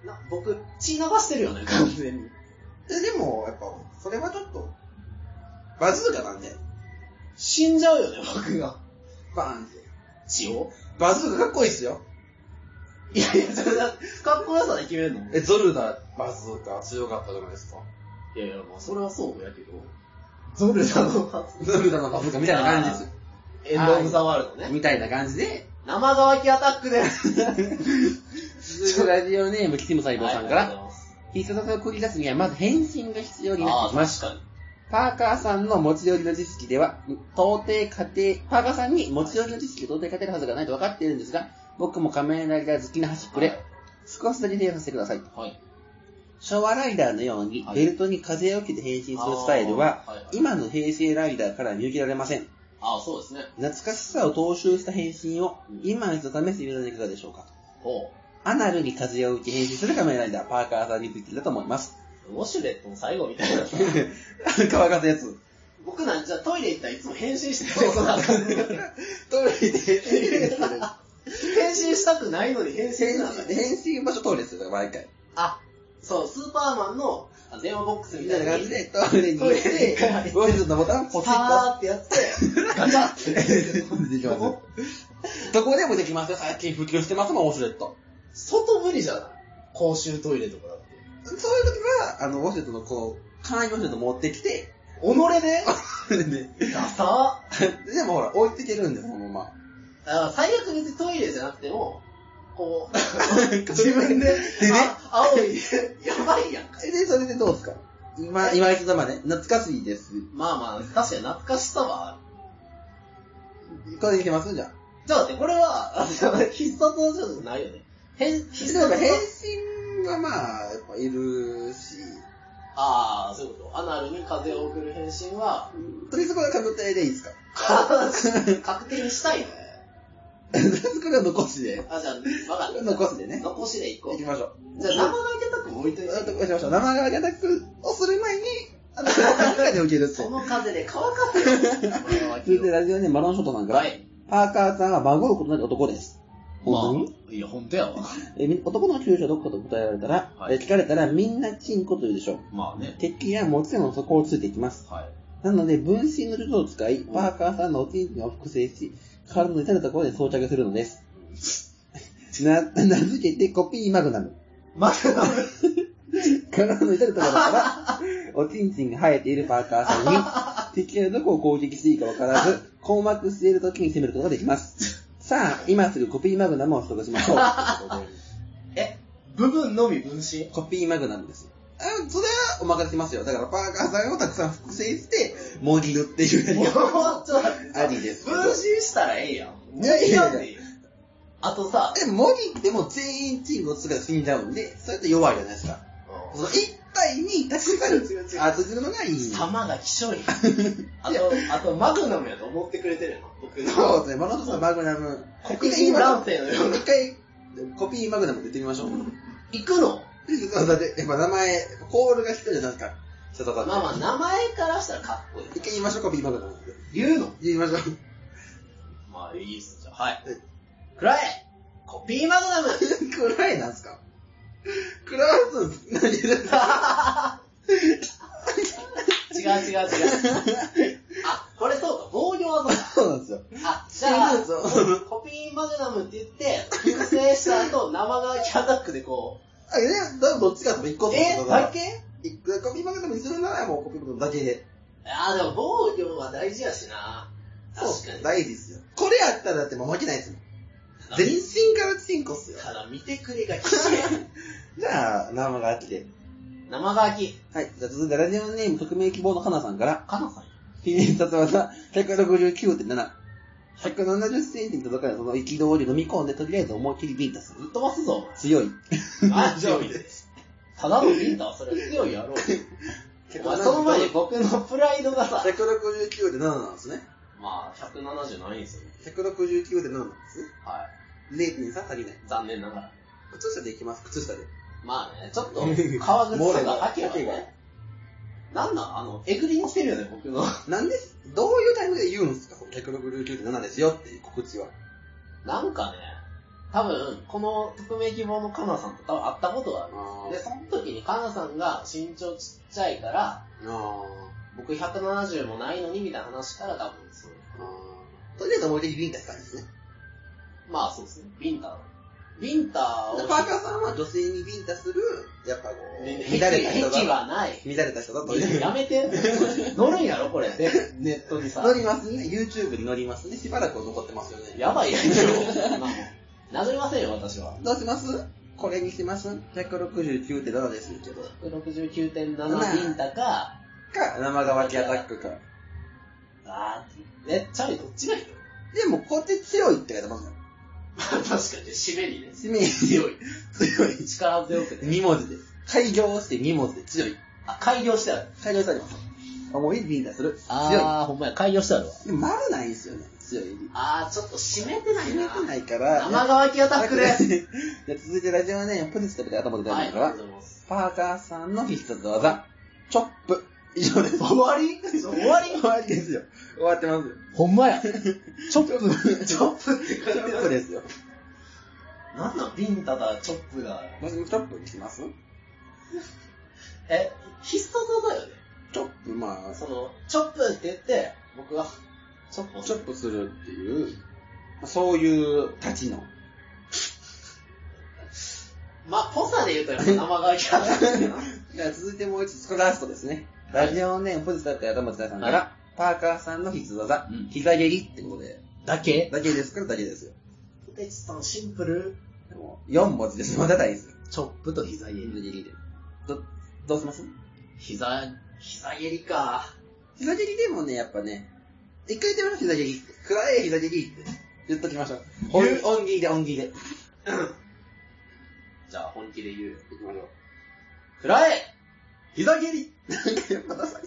B: な僕、血流してるよね、完全に。
A: え、でも、やっぱ、それはちょっと、バズーカなんで、
B: 死んじゃうよね、僕が。
A: バーンって。
B: 血を
A: バズーカかっこいいっすよ。
B: いやいや、それだ、かっこよさで決めるの
F: え、ゾルダ、バズーカ強かったじゃないですか。
B: いやいや、まあ、それはそうやけど。ゾルダの発
A: ゾルダのバズーカみたいな感じです よ。
B: エンド・オブ・ザ・ワールドね。
A: みたいな感じ で、
B: 生乾きアタックです。
A: 続いてラジオネーム、キティム細胞さんか
B: はいあ
A: ら、
B: りがとうございます
A: 必殺技を繰り出すにはまず変身が必要にな
B: あ
A: って
B: あ、
A: きます。
B: 確かに。
A: パーカーさんの持ち寄りの知識では、到底家庭、パーカーさんに持ち寄りの知識で到底勝てるはずがないと分かっているんですが、僕も仮面ライダー好きな端っこで、少しだけ提案させてください。
B: はい。
A: 昭和ライダーのように
B: はい
A: ベルトに風を受けて変身するスタイルは、
B: あー、いい
A: 今の平成ライダーから見受けられません。
B: あーそうですね。
A: 懐かしさを踏襲した変身を
B: うん
A: 今一度試してみたらいかがでしょうか。
B: ほ
A: アナルに風を受け変身する仮面ライダー、パーカーさんについてだと思います。
B: う。ウォシュレットの最後みたいな。
A: 乾かすやつ。
B: 僕なんじゃトイレ行ったらいつも変身してるから。
A: トイレで、トイレでする。
B: 変身したくないのに変身す
A: 変
B: るなんかね
A: 身、変身場所トイレですよ、毎回。
B: あ、そう、スーパーマンのあ電話ボックスみ
A: み
B: た
A: た
B: い
A: い
B: な
A: な感
B: 感じ
A: じ
B: で、
A: で、トイレに
B: トイレに
A: 行って、ゴリルのボタンを
B: パ
A: ポチッと
B: ーってやって、ガチャ って。
A: できます。どこでもできますよ。最近普及してますもん、ウォシュレット。
B: 外無理じゃない公衆トイレとかだって。
A: そういう時は、あの、ウォシュレットのこう、簡易ウォシュレット持ってきて、
B: 己で
A: で、
B: ダサ
A: でもほら、置いていけるんです、そのまま。
B: あ最悪別にトイレじゃなくても、こ う、自分で、
A: ね
B: あ青い、 やばいやんか。
A: えで、それでどうですか今、今一度まで、懐かしいです。
B: まあまあ、確かに懐かしさはある。
A: これいけますじゃあ。
B: じゃあ待って、これは、あの必殺技じゃないよね。変、必
A: 例えば変身はまあ、やっぱいるし、
B: ああ、そういうこと。アナルに風を送る変 身は、
A: とりあえずこれは被った絵でいいですか
B: 確定にしたいね。
A: とりあえずこれは 残しで。
B: あ、じゃあ、わかった。
A: 残しでね。
B: 残しで行こ
A: 行
B: う。
A: き
B: じゃ
A: ましょう。
B: あ、生ガイタックも置いといて。
A: あと、しましょう。生川アタックをする前に、あの、中で受けるって
B: そ。の風で乾かせよ。これは
A: 続いてラジオネームマロンショットさんから、
B: はい。
A: パーカーさんは孫うことなき男です。本当に
B: あ、いや、本当やわ。
A: えみ男の住所どこかと答えられたら、
B: はい
A: え聞かれたらみんなチンコと言うでしょう。
B: まあね。
A: 鉄筋やもちろんそこをついていきます。
B: はい。
A: なので、分身の術を使い、パーカーさんのおちんちんを複製し、体の至るところで装着するのです。 な、名付けてコピーマグナム。
B: まず、
A: 体の至るところから、 おちんちんが生えているパーカーさんに、敵がどこを攻撃していいかわからず、困惑している時に攻めることができます。さあ、今すぐコピーマグナムを取得しましょう。
B: え、部分のみ分身
A: コピーマグナムです。あ、それはお任せしますよ。だからパーカーさんをたくさん複製して、もぎるっていうやり
B: もう
A: 方
B: ちょっと待って
A: ありですけど
B: 分身したらええやん。
A: いやいやいや
B: もういいやんあとさ、
A: でも、モギってもう全員チームを使うと死んじゃうんで、それって弱いじゃないですか。その1対に確かに当てるのがいい。
B: 様が貴重い。あと、あと、マグナムやと思ってくれてるの僕
A: そう
B: の
A: ですね、マロンソさんマグナム。
B: 黒人男性のような
A: 一。回、コピーマグナムで言ってみましょう。
B: 行くの
A: だって、やっぱ名前、コールが必要じゃないですか。佐々さん。
B: まあまあ、名前からしたらかっこいい。
A: 一回言いましょう、コピーマグナム。
B: 言うの
A: 言いましょう。
B: まあ、いいっす。じゃあ、はい
A: はい。
B: 暗いコピーマグナム
A: 暗いなんすか暗いす何言うんですか
B: 違う違う違う。あ、これそうか、防御技だ。
A: そうなんですよ。
B: あ、じゃあ
A: そうそう、
B: コピーマグナムって言って、複製した 後、生乾きアタックでこう、
A: あ、いや、だどっちかと一個ずつ
B: え、
A: だ
B: だ
A: か
B: け
A: ら一個コピーマグナムにするならもうコピーマグナムだけで。
B: あー、でも防御は大事やしな。確かに。
A: 大事ですよ。これやったらだってもう負けないですもん。
B: あ
A: 全身からチンコっすよ。
B: ただ見てくれが 来て、
A: じゃあ、生があって。
B: 生乾き。
A: はい。じゃあ続いてラジオネーム匿名希望のかなさんから、
B: かなさん
A: 記念撮影は169.7。170センチに届かないその憤り飲み込んで、とりあえず思いっきりビンタする。
B: ぶっ飛ばすぞ、
A: 強い。
B: お前。強いです。ただのビンタはそれは強いや ろう。お前その前に僕のプライドがさ、
A: 169.7なんですね。
B: まあ、170ないんですよね。
A: 169.7なんですね。
B: は
A: 0.3足りない。
B: い。残念ながら。
A: 靴下でいきます、靴下で。
B: まあね、ちょっと、革 靴とか履けば
A: 漏れが
B: ね。なんなんあの、えぐりにしてるよね、僕の。
A: なんで、どういうタイミングで言うんですか、この169.7ですよっていう告知は。
B: なんかね、多分、この匿名希望のカナさんと多分会ったことがある。
A: あ
B: で、その時にカナさんが身長ちっちゃいから、
A: あ
B: 僕170もないのにみたいな話から多分そう。
A: あとりあえず思い出にビンタしたんですね。
B: まあそうですね、ビンタ。ビンタを、
A: でパーカーさんは女性にビンタする、やっぱこう、
B: ね
A: 乱れた人
B: 癖
A: だ。
B: はない。
A: 乱れた人だという。
B: やめて。乗るんやろ、これ。でネットにさ。
A: 乗りますね。YouTube に乗りますね。しばらく残ってますよね。
B: やばいやんけど、まあ、殴りませんよ、私は。
A: どうしますこれにします ?169.7 ですけど。
B: 69.7ビンタか、
A: か、生乾きアタックか。
B: あーえ、チャリどっちがいいの
A: でも、こっち強いって書いてますよ。
B: 確かに、締めにね。
A: 指名強い。強い。
B: 力強くて。
A: 2文字です。開業して2文字で強い。
B: あ、開業してある。
A: 開業されます。思いビンタする。強
B: あー、ほんまや、開業してあるわ。
A: い。でも、丸ないんですよね。強い指。
B: あー、ちょっと締めてない
A: 決め
B: な。
A: てないか
B: 生
A: ら。
B: 乾きアタッ クです。
A: じゃあ続いてラジオネーム、ポジティブで頭で
B: は
A: 大
B: い、あ
A: 丈夫か
B: りが
A: ら、
B: とうございます。
A: パーカーさんの必殺技、チョップ。以上です。終わり
B: 終わり
A: 終わりですよ。終わってますよ。
B: ほんまや。チョッ
A: プ
B: チョップって
A: チョップですよ。
B: なんなん、ビンタだ、チョップだ。
A: 私もチョップにします
B: え、必殺技よね。
A: チョップ、まあ、
B: その、チョップって言って、僕が、チョップを
A: チョップするっていう、まあそういう立ちの。
B: まあ、ぽさで言うとやっぱ生乾きアタックだな。
A: じゃあ続いてもう一つ、これラストですね。ラジオネーム、ポジティブで頭で大さんから、
B: は
A: パーカーさんの必殺技、
B: うん
A: 膝蹴りってことで、
B: だけ
A: だけですからだけですよ。
B: ポテチさんシンプル。
A: 4文字です。まだ大ですよ。
B: チョップと膝蹴
A: 膝蹴
B: り。
A: りで。ど、どうします
B: 膝、膝蹴りか。
A: 膝蹴りでもね、やっぱね、一回言ってみましょう、膝蹴りって。暗い膝蹴りって。言っときましょう。
B: 言
A: 音
B: う
A: 音切りで、音切りで。
B: じゃあ本気で言うよ。
G: 行きましょう。
B: 暗い膝蹴り
A: やっぱダサい。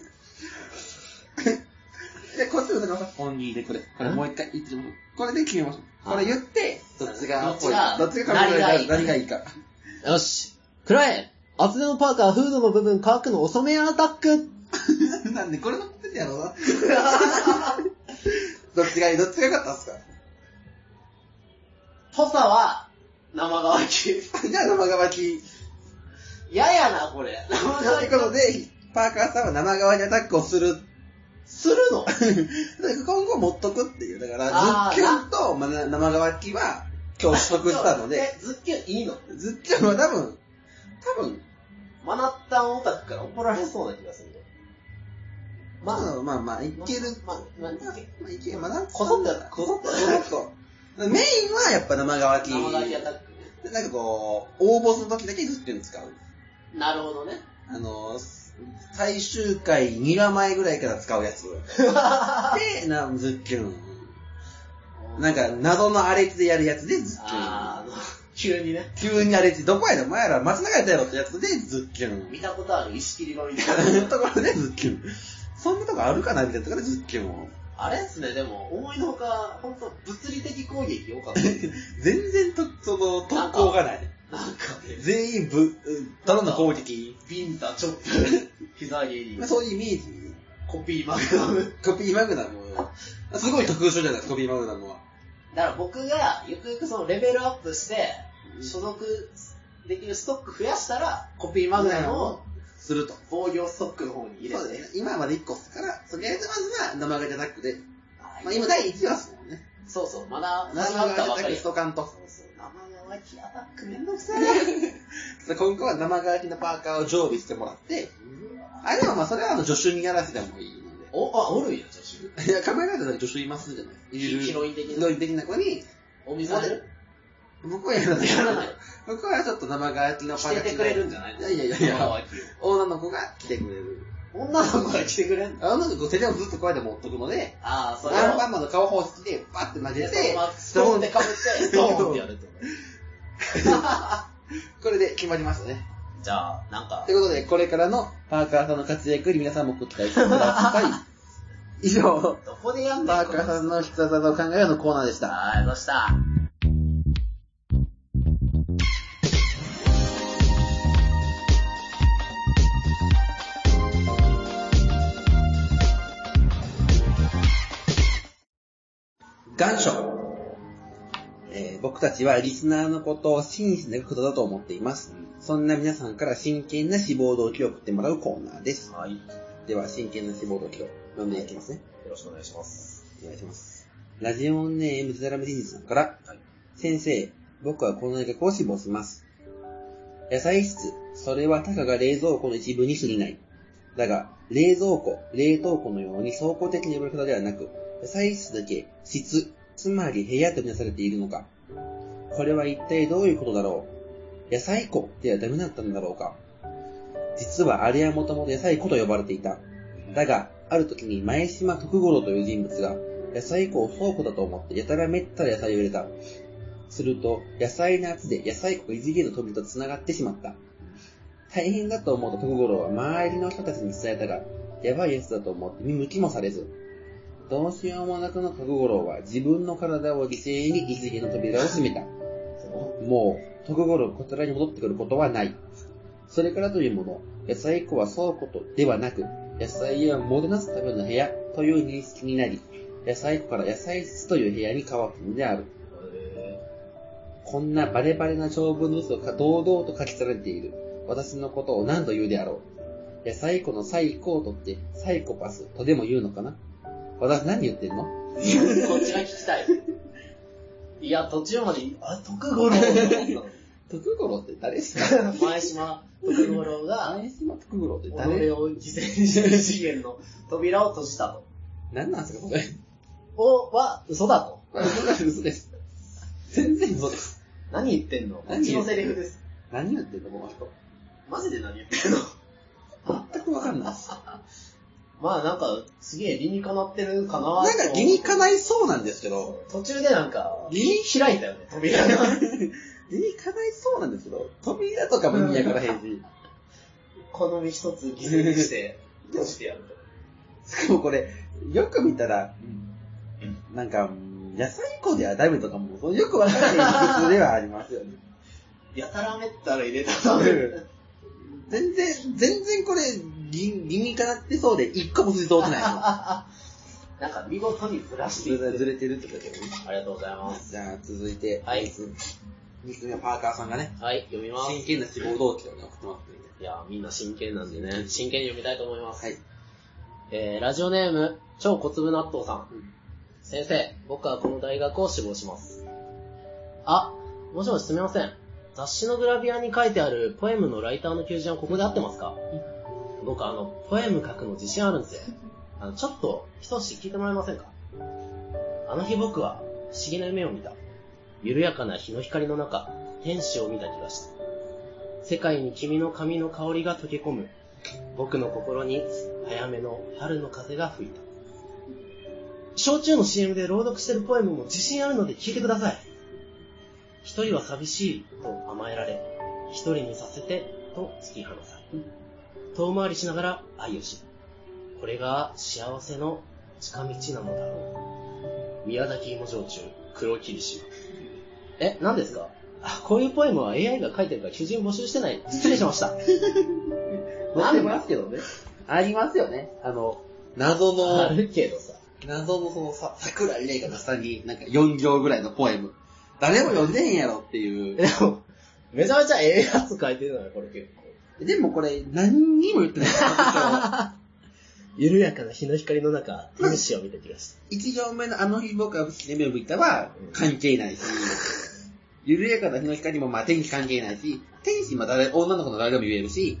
A: で、こっちの中オンリーでこれ。これもう一回言ってみましょうこれで決めましょう。これ言って、どっちが
B: どっちが
A: どっちがかぶらないか何
B: 何
A: が
B: が
A: いいか。
H: よし。暗い厚手のパーカー、フードの部分乾くの遅めアタック
A: なんで、これのことやろうな。 どっちがいいどっちが良かったっすか
B: ぽさは、生乾き。
A: じゃあ生乾き。
B: ややな、これ。生
A: とい
B: 乾
A: う
B: き。
A: ことで、パーカーさんは生側にアタックをする。
B: するの
A: 今後持っとくっていう。だから、
B: あ
A: ズ
B: ー
A: ッキュンとまな生乾きは今日取得したので、
B: え、ズッキュンいいの
A: ズッキュンは多分、多分、
B: マナッタンオタクから怒られそうな気がするね。
A: ま
B: まあ、
A: あまあまあ、いける。
B: まあ、まあ、
A: まあ、まあ、いける。まあ、なんつ
B: こぞって、
A: こ
B: こぞって。
A: ぞっと。メインはやっぱ生乾き。
B: 生乾きアタック。
A: なんかこう、応募するときだけズッキュン使う。
B: なるほどね。
A: あの、最終回2話前ぐらいから使う やつ。で、なズッキュン。なんか、謎の荒れ地でやるやつでズッキュン。
B: あーあの、急にね。
A: 急に荒れ地、どこやねん、お前ら街中やったやろってやつでズッキュン。
B: 見たことある石切り場みたい な。
A: ところでズッキュン。そんなとこあるかなみたいなところでズッキュンを。
B: あれっすね、でも、思いのほか、ほんと、物理的攻撃多か った。
A: 全然と、その、特攻がない。
B: なんかね、
A: 全員ぶ、ただの攻撃。
B: ビンタ、チョップ、膝蹴り
A: まあ、、そういうイメージ。
B: コピーマグナム。
A: コピーマグナム。すごい特殊じゃないですか、コピーマグナムは。
B: だから僕が、ゆくゆくそのレベルアップして、所属できるストック増やしたら、コピーマグナムを
A: すると。
B: 防御ストックの方に入れ
A: そう
B: て
A: で。すね。今まで1個っすから、とりあえずまずは生がけアタックで。
B: あー
A: まあ今第1話っすもんね。
B: そうそう、まだ、
A: 生
B: 始
A: が
B: まっ
A: け
B: た
A: ア
B: ば
A: タ
B: か
A: ック
B: り。
A: し
B: そう
A: とかんと。
B: そう、生乾きアタックめんどくさい。
A: で今後は生がけのパーカーを常備してもらって、あれはまあそれはあの助手にやらせてもいいので。
B: お、あ、おるんや、女 子。
A: いや、考えられたら助手いますじゃないいる。
B: ヒロイン的
A: ヒ
B: な
A: ロ。イン的な子に、
B: お水ある
A: 僕はやらない。
B: や らない。
A: 僕はちょっと生がきのパーカー
B: 着ててくれるんじゃない
A: いやいやいやい
B: 生
A: や、
B: 乾きを
A: 女の子が来てくれる。
B: 女の子が来てくれんの
A: あの子手でもずっとこうやって持っとくので、
B: ああ、それ
A: アンパ
B: を。
A: ンマンの顔方式でバッて混ぜ
B: で、
A: て
B: その、ままストーンで被って、
A: ド
B: ド
A: ーン
B: ー
A: っ
B: ンってて
A: や
B: やると思う。
A: これで決まりましたね。
B: じゃあ、なんか
A: と、いうことで、これからのパーカーさんの活躍に皆さんもご期待くださ い。以上、
B: どこでやん
A: パー
B: だ
A: カーさんの必殺技を考えるのコーナーでした。
B: あー、どうした
A: 願書。えー僕たちはリスナーのことを真摯なことだと思っています。そんな皆さんから真剣な志望動機を送ってもらうコーナーです。
B: はい。よ
A: では、真剣な志望動機を読んでいきますね。
B: ろしくお願いします。
A: お願いします。ラジオネームゼラムディジさんから、
B: はい
A: 先生、僕はこの大学を志望します。野菜室、それはたかが冷蔵庫の一部に過ぎない。だが、冷蔵庫、冷凍庫のように総合的な呼び方ではなく、野菜室だけ室、つまり部屋とみなされているのか。これは一体どういうことだろう野菜庫ではダメだったんだろうか実はあれはもともと野菜庫と呼ばれていた。だが、ある時に前島徳五郎という人物が、野菜庫を倉庫だと思ってやたらめったら野菜を入れた。すると、野菜の圧で野菜庫が異次元の扉と繋がってしまった。大変だと思った徳五郎は周りの人たちに伝えたが、やばいやつだと思って見向きもされず。どうしようもなくの徳五郎は自分の体を犠牲に異次元の扉を閉めた。もう、徳五郎こちらに戻ってくることはない。それからというもの、野菜庫は倉庫とではなく、野菜をもてなすための部屋という認識になり、野菜庫から野菜室という部屋に変わったのである。こんなバレバレな長文の嘘が堂々と書き連ねている。私のことを何度言うであろう。野菜庫の最高とってサイコパスとでも言うのかな私何言ってんの
B: こっちが聞きたい。 いや、途中まで、あ、徳五郎って思っ
A: 徳五郎って誰ですか
B: たの前島徳五郎が、
A: 前島徳五郎って
B: 己
A: 誰
B: を犠牲にして資源の扉を閉じたと。
A: 何なんですかこれ。
B: おは、嘘だと。
A: これ嘘です。全然嘘です。
B: 何言ってんのこっ
A: 何
B: ち
A: 言
B: の
A: ってんの
B: セリフです。
A: 何言ってんのこの人。
B: マジで何言ってんの
A: 全くわかんないです。
B: まあなんか、すげえ理にかなってるかな
A: なんか理にかないいそうなんですけど、
B: 途中でなんか、
A: 理に
B: 開いたよね、扉が。
A: 理にかないそうなんですけど、扉とかも意味わからへんし、
B: 好み一つ犠牲にして、閉じてやると。
A: しかもこれ、よく見たら、なんか、野菜粉ではダメとかも、そのよくわからへん理屈ではありますよね。
B: やたらめったら入れたらダメ。
A: 全然、全然これ、理理にかなってそうで、一個も筋通ってないの。
B: なんか見事にずらしてい
A: ずれ
B: って
A: ず
B: る。
A: れてるってことよね。
B: ありがとうございます。
A: じゃあ、続いて、
B: はい
A: 三つ三つ目はパーカーさんがね、
B: はい、読みます。
A: 真剣な志望動機をね、送ってもらってるんで。
B: いやーみんな真剣なんでね、真剣に読みたいと思います。
A: はい。
B: えー、ラジオネーム、超小粒納豆さん。
A: うん
B: 先生、僕はこの大学を志望します。あ、もしもしすみません。雑誌のグラビアに書いてあるポエムのライターの求人はここで合ってますか僕あの、ポエム書くの自信あるんですよ。あの、ちょっと、一押し聞いてもらえませんかあの日僕は、不思議な夢を見た。緩やかな日の光の中、天使を見た気がした。世界に君の髪の香りが溶け込む。僕の心に早めの春の風が吹いた。焼酎の CM で朗読してるポエムも自信あるので聞いてください。一人は寂しいと甘えられ、一人にさせてと突き放され。遠回りしながら愛をし、これが幸せの近道なのだろう。宮崎芋焼酎、黒霧島。え、何ですかあこういうポエムは AI が書いてるから求人募集してない。失礼しま した。
A: 載ってますけどね。ありますよね。あの、謎
B: あ
A: の、
B: るけどさ。
A: 謎のそのさ、桜井玲香の下に、なんか4行ぐらいのポエム。誰も読んでへんやろっていう。
B: でも、めちゃめちゃええやつ書いてるのよ、これ結構。
A: でもこれ、何にも言って ない。
B: 緩やかな日の光の中、天使を見た気がした。
A: 一行目のあの日僕は不思議な夢を見たは関係ないし、緩やかな日の光もまあ天気関係ないし、天使も誰、女の子の誰でも言えるし、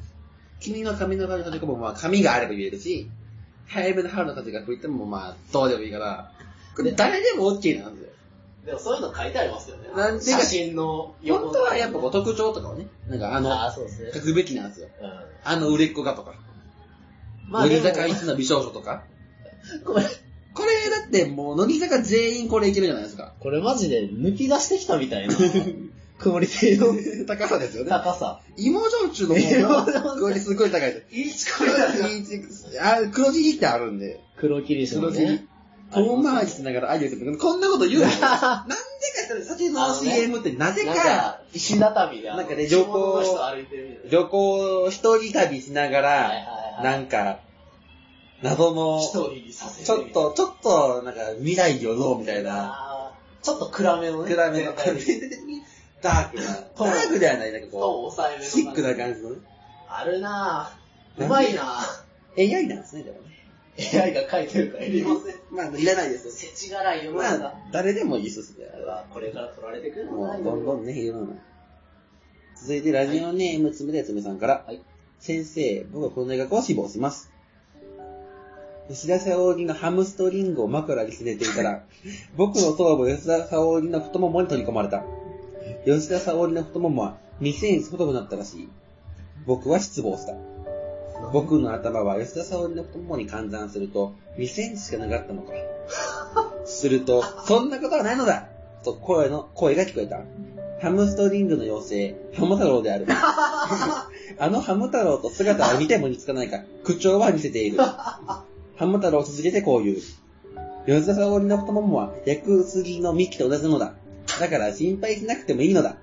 A: 君の髪の髪の子もまあ髪があれば言えるし、早めの春の風が吹いてもまあどうでもいいから、これ誰でも OK なんですよ。
B: でもそういうの書いてありますよね。
A: なんでか
B: 写真の
A: 本当はやっぱこう
B: と
A: 特徴とかをね、なんかあ
B: あ
A: の、
B: あ、そうですね。
A: 書くべきなんですよ。
B: う
A: あの売れっ子がとか、
B: ん。まあ
A: 乃
B: で
A: 木
B: も、
A: 坂一の美少女とか。
B: これ、
A: これだってもう乃木坂全員これいけるじゃないですか。
B: これマジで抜き出してきたみた いな、クオリティの
A: 高さですよね。
B: 高さ。
A: 芋焼酎の方も、これすごい高いです。
B: いいチコ
A: あ黒字切ってあるんで、
B: 黒霧島
A: 黒字切
B: ね
A: り。。遠回りしながら愛をする。こんなこと 言うなよなんでかって先の CM ってなぜ
B: なん
A: か、
B: か、石畳であの、
A: なんかね旅行
B: 着物の人歩いてるみたいな。
A: 旅行、一人旅しなが
B: はい
A: ら、
B: はいはい。
A: なんか、謎の、
B: 一
A: ち
B: 人にさせて
A: ょっ
B: みたいな
A: と、ちょっと、なんか、未来をどうみたいな、
B: あーちょっと暗めのね。
A: 暗めの、
B: 全体的に
A: ダークな、
B: トーン
A: ダークではない、なんか
B: トーン
A: こ
B: 抑えめ
A: う、
B: の。
A: シックな感じのね、
B: あるなぁ。
A: なんで
B: うまいなぁ。
A: AI なんですね、でもね。
B: AI が書いてるからいりません。
A: まあ、いらないですよ。
B: 世知辛い世の
A: ま
B: 中
A: あ。、誰でもいいっすね、あ
B: あ
A: れ
B: れ
A: は。
B: はこれから取られてくる
A: も
B: な
A: う、どんどんね、広まる。続いて、ラジオネーム、つめたやつめさんから。先生、僕はこの大学を志望します。吉田沙織のハムストリングを枕にすねていた ら、僕の頭部、吉田沙織の太ももに取り込まれた。吉田沙織の太ももは2センチ太くなったらしい。僕は失望した。僕の頭は吉田沙織の太ももに換算すると2センチしかなかったのか。すると、そんなことはないのだと声の、声が聞こえた。ハムストリングの妖精、ハム太郎である。あのハム太郎と姿は似ても似つかないか、口調は似せている。ハム太郎を続けてこう言う。吉田沙織の太ももは薬杉の幹と同じなのだ。だから心配しなくてもいいのだ。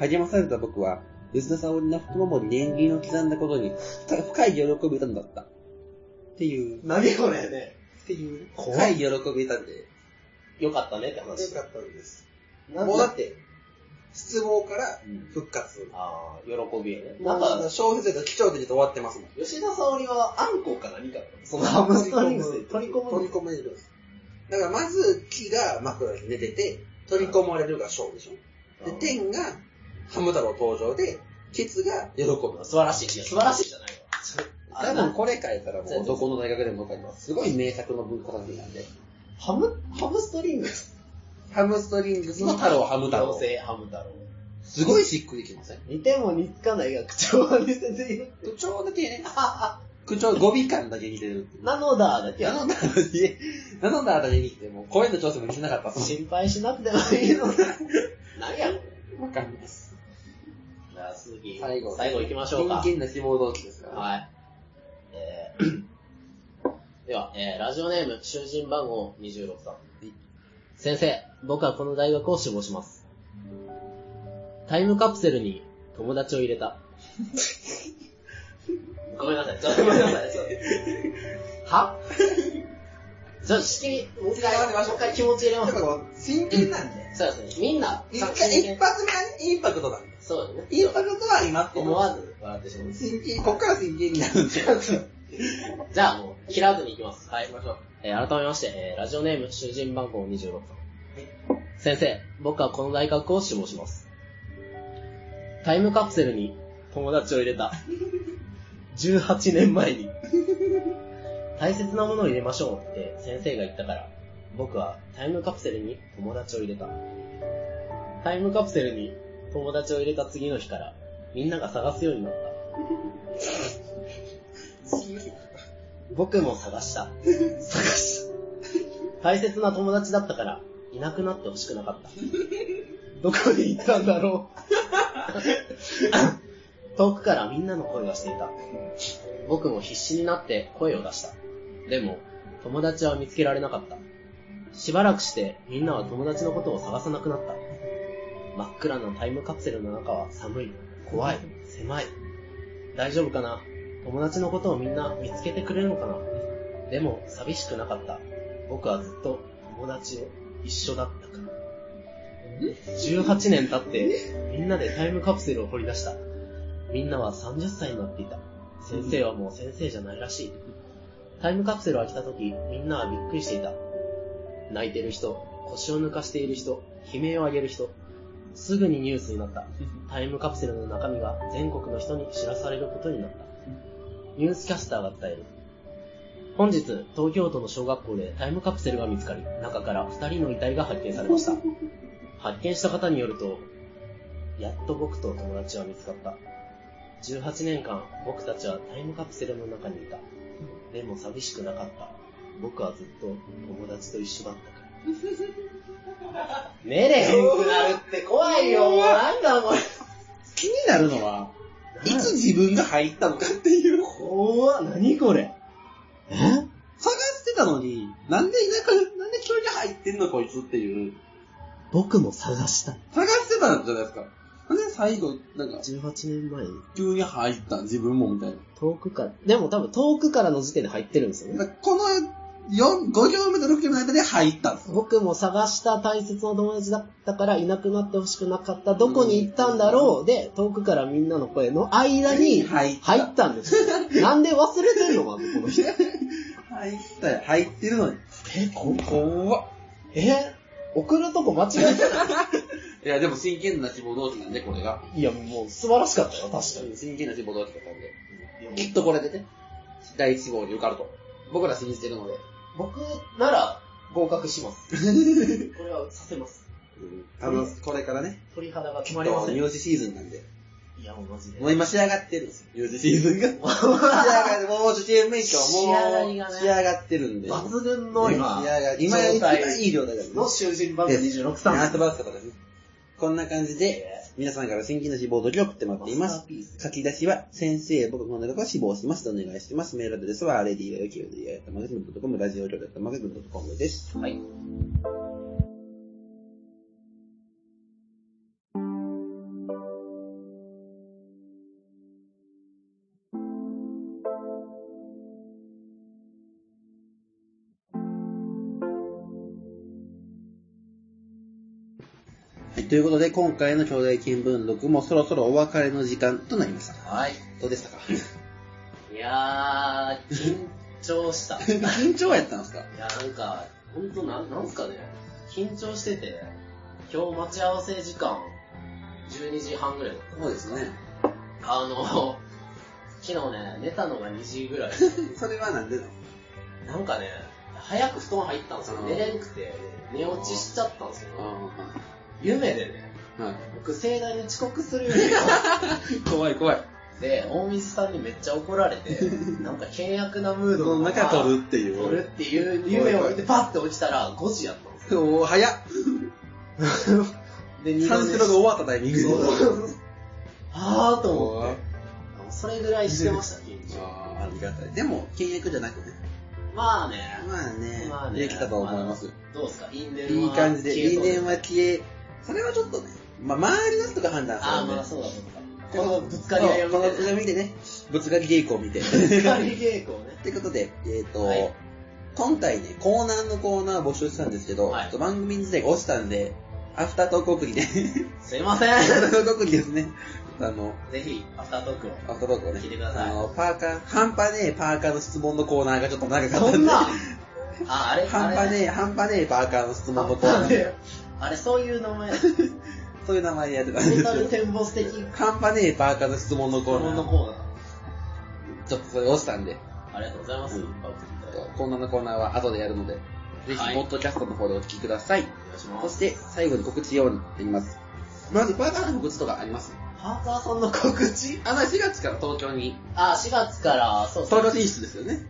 A: 励まされた僕は、吉田沙織の太ももに年輪を刻んだことに深深い喜びを得たのだった。っていう、
B: 何これね。
A: っていう、深い喜びを得たんで。
B: よかったねって話
I: よ。かったんです。
B: なん
I: もうだ
B: か
I: って、失望から復活。
B: あー喜びよね。な
I: なんん
B: か
I: か、、消費税と貴重で終わってますもん。
B: 吉田沙織はあんこか何かなそのハムストリングスで取り込む。
I: 取り込めるんです。だから、まず、木が枕に寝てて、取り込まれるが小でしょ。で、天が、ハム太郎登場で、ケツが喜ぶ。
B: あー素晴らしい。いや素晴らしいじゃないわ。
A: 多分これ変えたらも
B: 全
A: う
B: 然
A: どこの大学でも書いてます。すごい名作の文化作品なんで。
B: ハム、ハムストリングス
A: ハムストリングスの太郎ハム太郎。
B: 妖精ハム太郎。
A: すごいしっくりきません
B: 似ても似つかないが口調は似せている。
A: 口調だけね。口調語尾感だけ似てる。
B: なのだだけ
A: ナノダーだけ、ナノダーだけ似てて、もう声の調整も似せなかったっす
B: 心配しなくてもいいのだ。何やこれ。
A: わかんないです。
B: じゃあ続き、
J: 最後
B: 最後行きましょうか。
J: 真剣な志望動機ですから。
B: はい。えー では、えーラジオネーム、囚人番号26さん。先生、僕はこの大学を志望します。タイムカプセルに友達を入れた。 ごめんなさい、ちょっとごめんなさい、ちょっと。は ちょっと、しきり、もう一回、
A: 待って待って
B: もう一回気持ち入れ
A: な
B: ま
A: ん
B: す
A: か。こう、真剣なんで。
B: そうですね、みんな、
A: 一
B: 作品
A: 回、
B: で
A: 一発目はねインパクトだ。
B: そうですね。
A: インパクトは今って
B: 思わず笑ってしまう。
A: 真剣、こっから真剣になるんで。
B: じゃあもう、切らずに行きます。はい。えー改めまして、えーラジオネーム、囚人番号26さん。先生、僕はこの大学を志望します。タイムカプセルに友達を入れた。18年前に。大切なものを入れましょうって先生が言ったから、僕はタイムカプセルに友達を入れた。タイムカプセルに友達を入れた次の日から、みんなが探すようになった。僕も探した。探した。大切な友達だったから、いなくなってほしくなかった。どこに行ったんだろう。 遠くからみんなの声がしていた。僕も必死になって声を出した。でも、友達は見つけられなかった。しばらくしてみんなは友達のことを探さなくなった。真っ暗なタイムカプセルの中は寒い、怖い、狭い。大丈夫かな友達のことをみんな見つけてくれるのかなでも寂しくなかった。僕はずっと友達を一緒だったから。18年経ってみんなでタイムカプセルを掘り出した。みんなは30歳になっていた。先生はもう先生じゃないらしい。タイムカプセルが来た時、みんなはびっくりしていた。泣いてる人、腰を抜かしている人、悲鳴を上げる人。すぐにニュースになった。タイムカプセルの中身が全国の人に知らされることになった。ニュースキャスターが伝える。本日、東京都の小学校でタイムカプセルが見つかり、中から2人の遺体が発見されました。発見した方によると、やっと僕と友達は見つかった。18年間、僕たちはタイムカプセルの中にいた。でも寂しくなかった。僕はずっと友達と一緒だったから。 寝れへんくなるって怖いよ、もうなんだこれ。
A: 気になるのは、いつ自分が入ったのかっていう。
B: 怖っ、何これ。
A: 探してたのに、なんでいなく、なんで急に入ってんのこいつっていう。
B: 僕も探した。
A: 探してたんじゃないですか。なんで最後、なんか、
B: 18年前に。
A: 急に入ったん自分もみたいな。
B: 遠くから。でも多分遠くからの時点で入ってるんですよね。
A: だからこの4、5行目と6行目の間で入ったんです。
B: 僕も探した大切な友達だったからいなくなってほしくなかった。どこに行ったんだろうで、遠くからみんなの声の間に
A: 入った
B: 入ったんです よ。なんで忘れてんのかなこの人。
A: 入ったよ。入ってるのに。
B: え、こ
A: 怖っ。
B: え送るとこ間違え
J: い
B: た。
J: や、でも真剣な志望動機なんで、これが。
B: いや、もう素晴らしかったよ、確かに。
J: 真剣な志望動機だったんで。きっとこれでね、第一志望に受かると。僕ら信じてるので。
B: 僕なら合格します。 これはさせます。
A: あの、これからね、
B: 鳥肌が止まりません。い
A: 入試シーズンなんで。
B: や、もうマジで。
A: もう今仕上がってるんですよ。入試シーズンが。仕上がって、もう受験勉強、
B: 仕上がりが
A: もう
B: ね
A: 仕上がってるんで。
B: 抜群の今、
A: 仕上がり今一番いい状態だよね。
B: の囚人番号26さん。
A: アートバスとかですね。こんな感じで、皆さんから新規の志望動機を送ってもらっていま
B: マス
A: す
B: ターピー。ス
A: 書き出しは、先生、僕この中は志望します。お願いします。メールアドレスは、レディーやキューディーやったマガジンドットコム、ラジオ局だったマガジンドットコムです。
B: はい。
A: はい、ということで、今回の兄弟見聞録もそろそろお別れの時間となりました。
B: はい。
A: どうでしたか
B: いやー、緊張した。い
A: 緊張やったんですか
B: や、なんか、ほんとなん、なんすかね、緊張してて、今日待ち合わせ時間、12時半ぐらいだっ
A: そうですね。
B: た。あの、昨日ね、寝たのが2時ぐらい。
A: それはなんでなの
B: なんかね、早く布団入ったんですよ。
A: うん
B: 寝れんくて、寝落ちしちゃったんですよ。
A: あ
B: 夢でね、
A: あ、はい。
B: 僕盛大に遅刻するようになって
A: 怖い怖い。
B: で、大水さんにめっちゃ怒られ て、なんか険悪なムー
A: そ
B: ド
A: の
B: まま
A: 中取るってい
B: 撮る
A: う。
B: っていう夢を見てパッて落ちたら5時やったんですよ。
A: おー、早っ
B: で、
A: 三四郎が終わったタイミングで。
B: そうあーと思って。それぐらいしてました、緊張。
A: ありがたい。でも、倹約じゃなくね。
B: まあね、
A: まあね、
B: まあね
A: できたと思います。
B: どうですか、因縁
A: いい感じで、
B: 消え
A: 因
B: そうす
A: 縁は消え、それはちょっとね、まあ、周りの人が判断する
B: あー、まあ
A: ね。
B: そうだ、そうだ。このぶつかり合いを
A: そうこの
B: 見てね
A: 見てね、 ぶつかり稽古を見て。
B: ぶつかり稽古をね。
A: ということで、えっ、と、
B: はい
A: 今回ね、コーナーのコーナーを募集してたんですけど、
B: は
A: ち
B: い
A: ょっと番組自体が落ちたんで、アフタートーク送り で、
B: すいません。
A: アフタートーク送りですね。あの、
B: ぜひ、アフタートークを。
A: アフタートークをね、
B: 聞いてください
A: あの、パーカー、半端ねえパーカーの質問のコーナーがちょっと長かったんで、
B: そんなあ、あれ、あ
A: 半
B: れ、
A: 端ねえ、半端ねえパーカーの質問のコーナ
B: あ
A: ー、
B: れ、あれそういう名前、ト
A: そういう名前でやってたんですけ
B: ー
A: ど
B: タ、ル展望的質
A: 半端ねえパーカーの質問のコーナ
B: 問の
A: ー、
B: コーナ
A: ちょっとそれ落ちたんで、
B: ー。ありがとうございます。
A: うん
B: パウチみたいな
A: コーナーのコーナーは後でやるので、ぜひ、
B: はい
A: ポッドキャストの方でお聞きください。
B: お願いしま
A: そ
B: す。
A: して、最後に告知用にってみます。まず、パーカーの告知とかあります
B: パーカーさんの告知
A: あの、4月から東京に、
B: あ、4月から、そうです
A: 東
B: ね
A: 京。進出ですよね。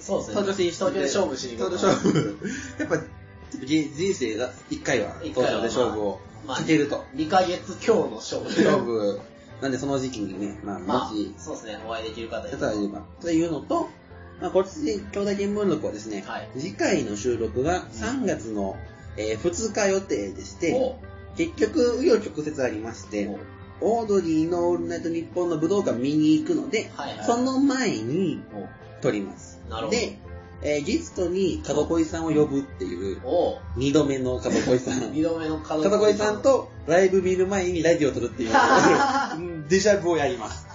B: そうですね。
A: 東京進出。
B: 東京で勝負しに行
A: 東
B: く
A: 京勝負。 やっぱ、人人生が1回は、東
B: 一
A: 京
B: 回は
A: で勝負を
B: まあ
A: かけると。
B: 2ヶ月今日の勝負。
A: 勝負。なんで、その時期にね、まあ、
B: まあ
A: もし、、
B: そうですね、お会いできる方
A: やったら言えば、というのと、まあ、こっち、兄弟見聞録はですね、
B: はい
A: 次回の収録が3月の、えー2日予定でして、
B: お
A: 結局、紆余曲折ありまして、オードリーのオールナイトニッポンの武道館見に行くので、
B: はいはい
A: その前に
B: お
A: 撮ります。
B: なるほど
A: で、えーゲストに角恋さんを呼ぶっていう、
B: お
A: 二度目の角恋さん。
B: 二度目の角
A: 角恋さん、とライブ見る前にラジオを撮る っていう、デジャブをやります。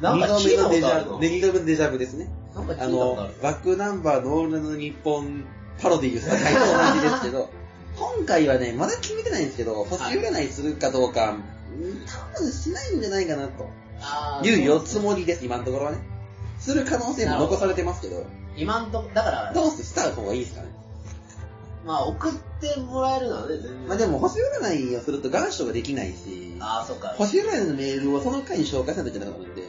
B: なんか聞
A: 二度目のデジ
B: いたことあ
A: ャ
B: るの
A: ブ。ね二度目のデジャブですね。
B: なんか聞いた
A: あ
B: ことあ
A: の
B: る、。
A: バックナンバーのオールナイトニッポンパロディーをした回と同じですけ ど、今回はね、まだ決めてないんですけど、星占いするかどうか、うん多分しないんじゃないかなと。
B: あー
A: いう
B: そう
A: 四つもりです、今のところはね。する可能性も残されてますけど、
B: 今んとこ、だから、
A: どうしてした方がいいですかね。
B: まあ送ってもらえるのはね、全然。
A: まあでも、星占いをすると願書ができないし、
B: ああ、そうか。
A: 星占いのメールをその回に紹介しないといけなかったので、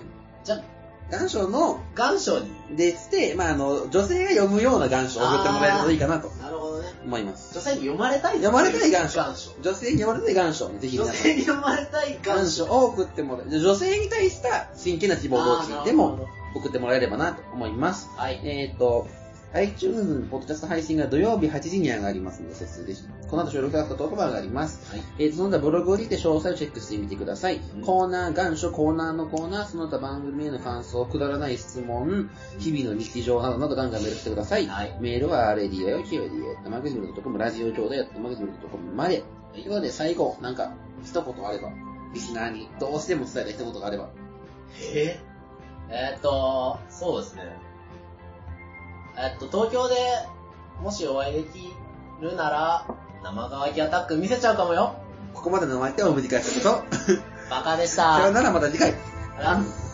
B: じゃあ、
A: 願書の、
B: 願書に。
A: でして、まああの、女性が読むような願書を送ってもらえるといいかなと
B: なるほどね。
A: 思います。
B: 女性に読まれたい
A: 読まれたい願書
B: 願書。
A: 女性に読まれたい願書をねぜひ
B: 女
A: 皆さん
B: 性に読まれたい願
A: 願
B: 書。
A: 書を送ってもらえ女性に対した真剣な希望を聞いて
B: あーなる
A: も
B: ほ
A: 送ってもらえればなと思います。
B: はい。
A: えっ、ー、と、iTunes のポッドキャスト配信が土曜日8時に上がりますので、節です。この後収録があったトークバーがあります。
B: はい
A: えーと、その他ブログを見て詳細をチェックしてみてください。コーナー、願書、コーナーのコーナー、その他番組への感想、くだらない質問、日々の日常などなどガンガンメールしてください。
B: はい
A: メールは RADIO、KODIO、生口ミルドットコム、ラジオ兄弟、生口ミルドットコムまで。ということで、最後、なんか、一言あれば、リスナーにどうしても伝えたい一言があれば。
B: えー、えーっと、そうですね。えーっと、東京でもしお会いできるなら、生乾きアタック見せちゃうかもよ。
A: ここまでのお相手を無理返したこと。
B: バカでし
A: さよ
B: た。
A: ならまた次回。
B: あら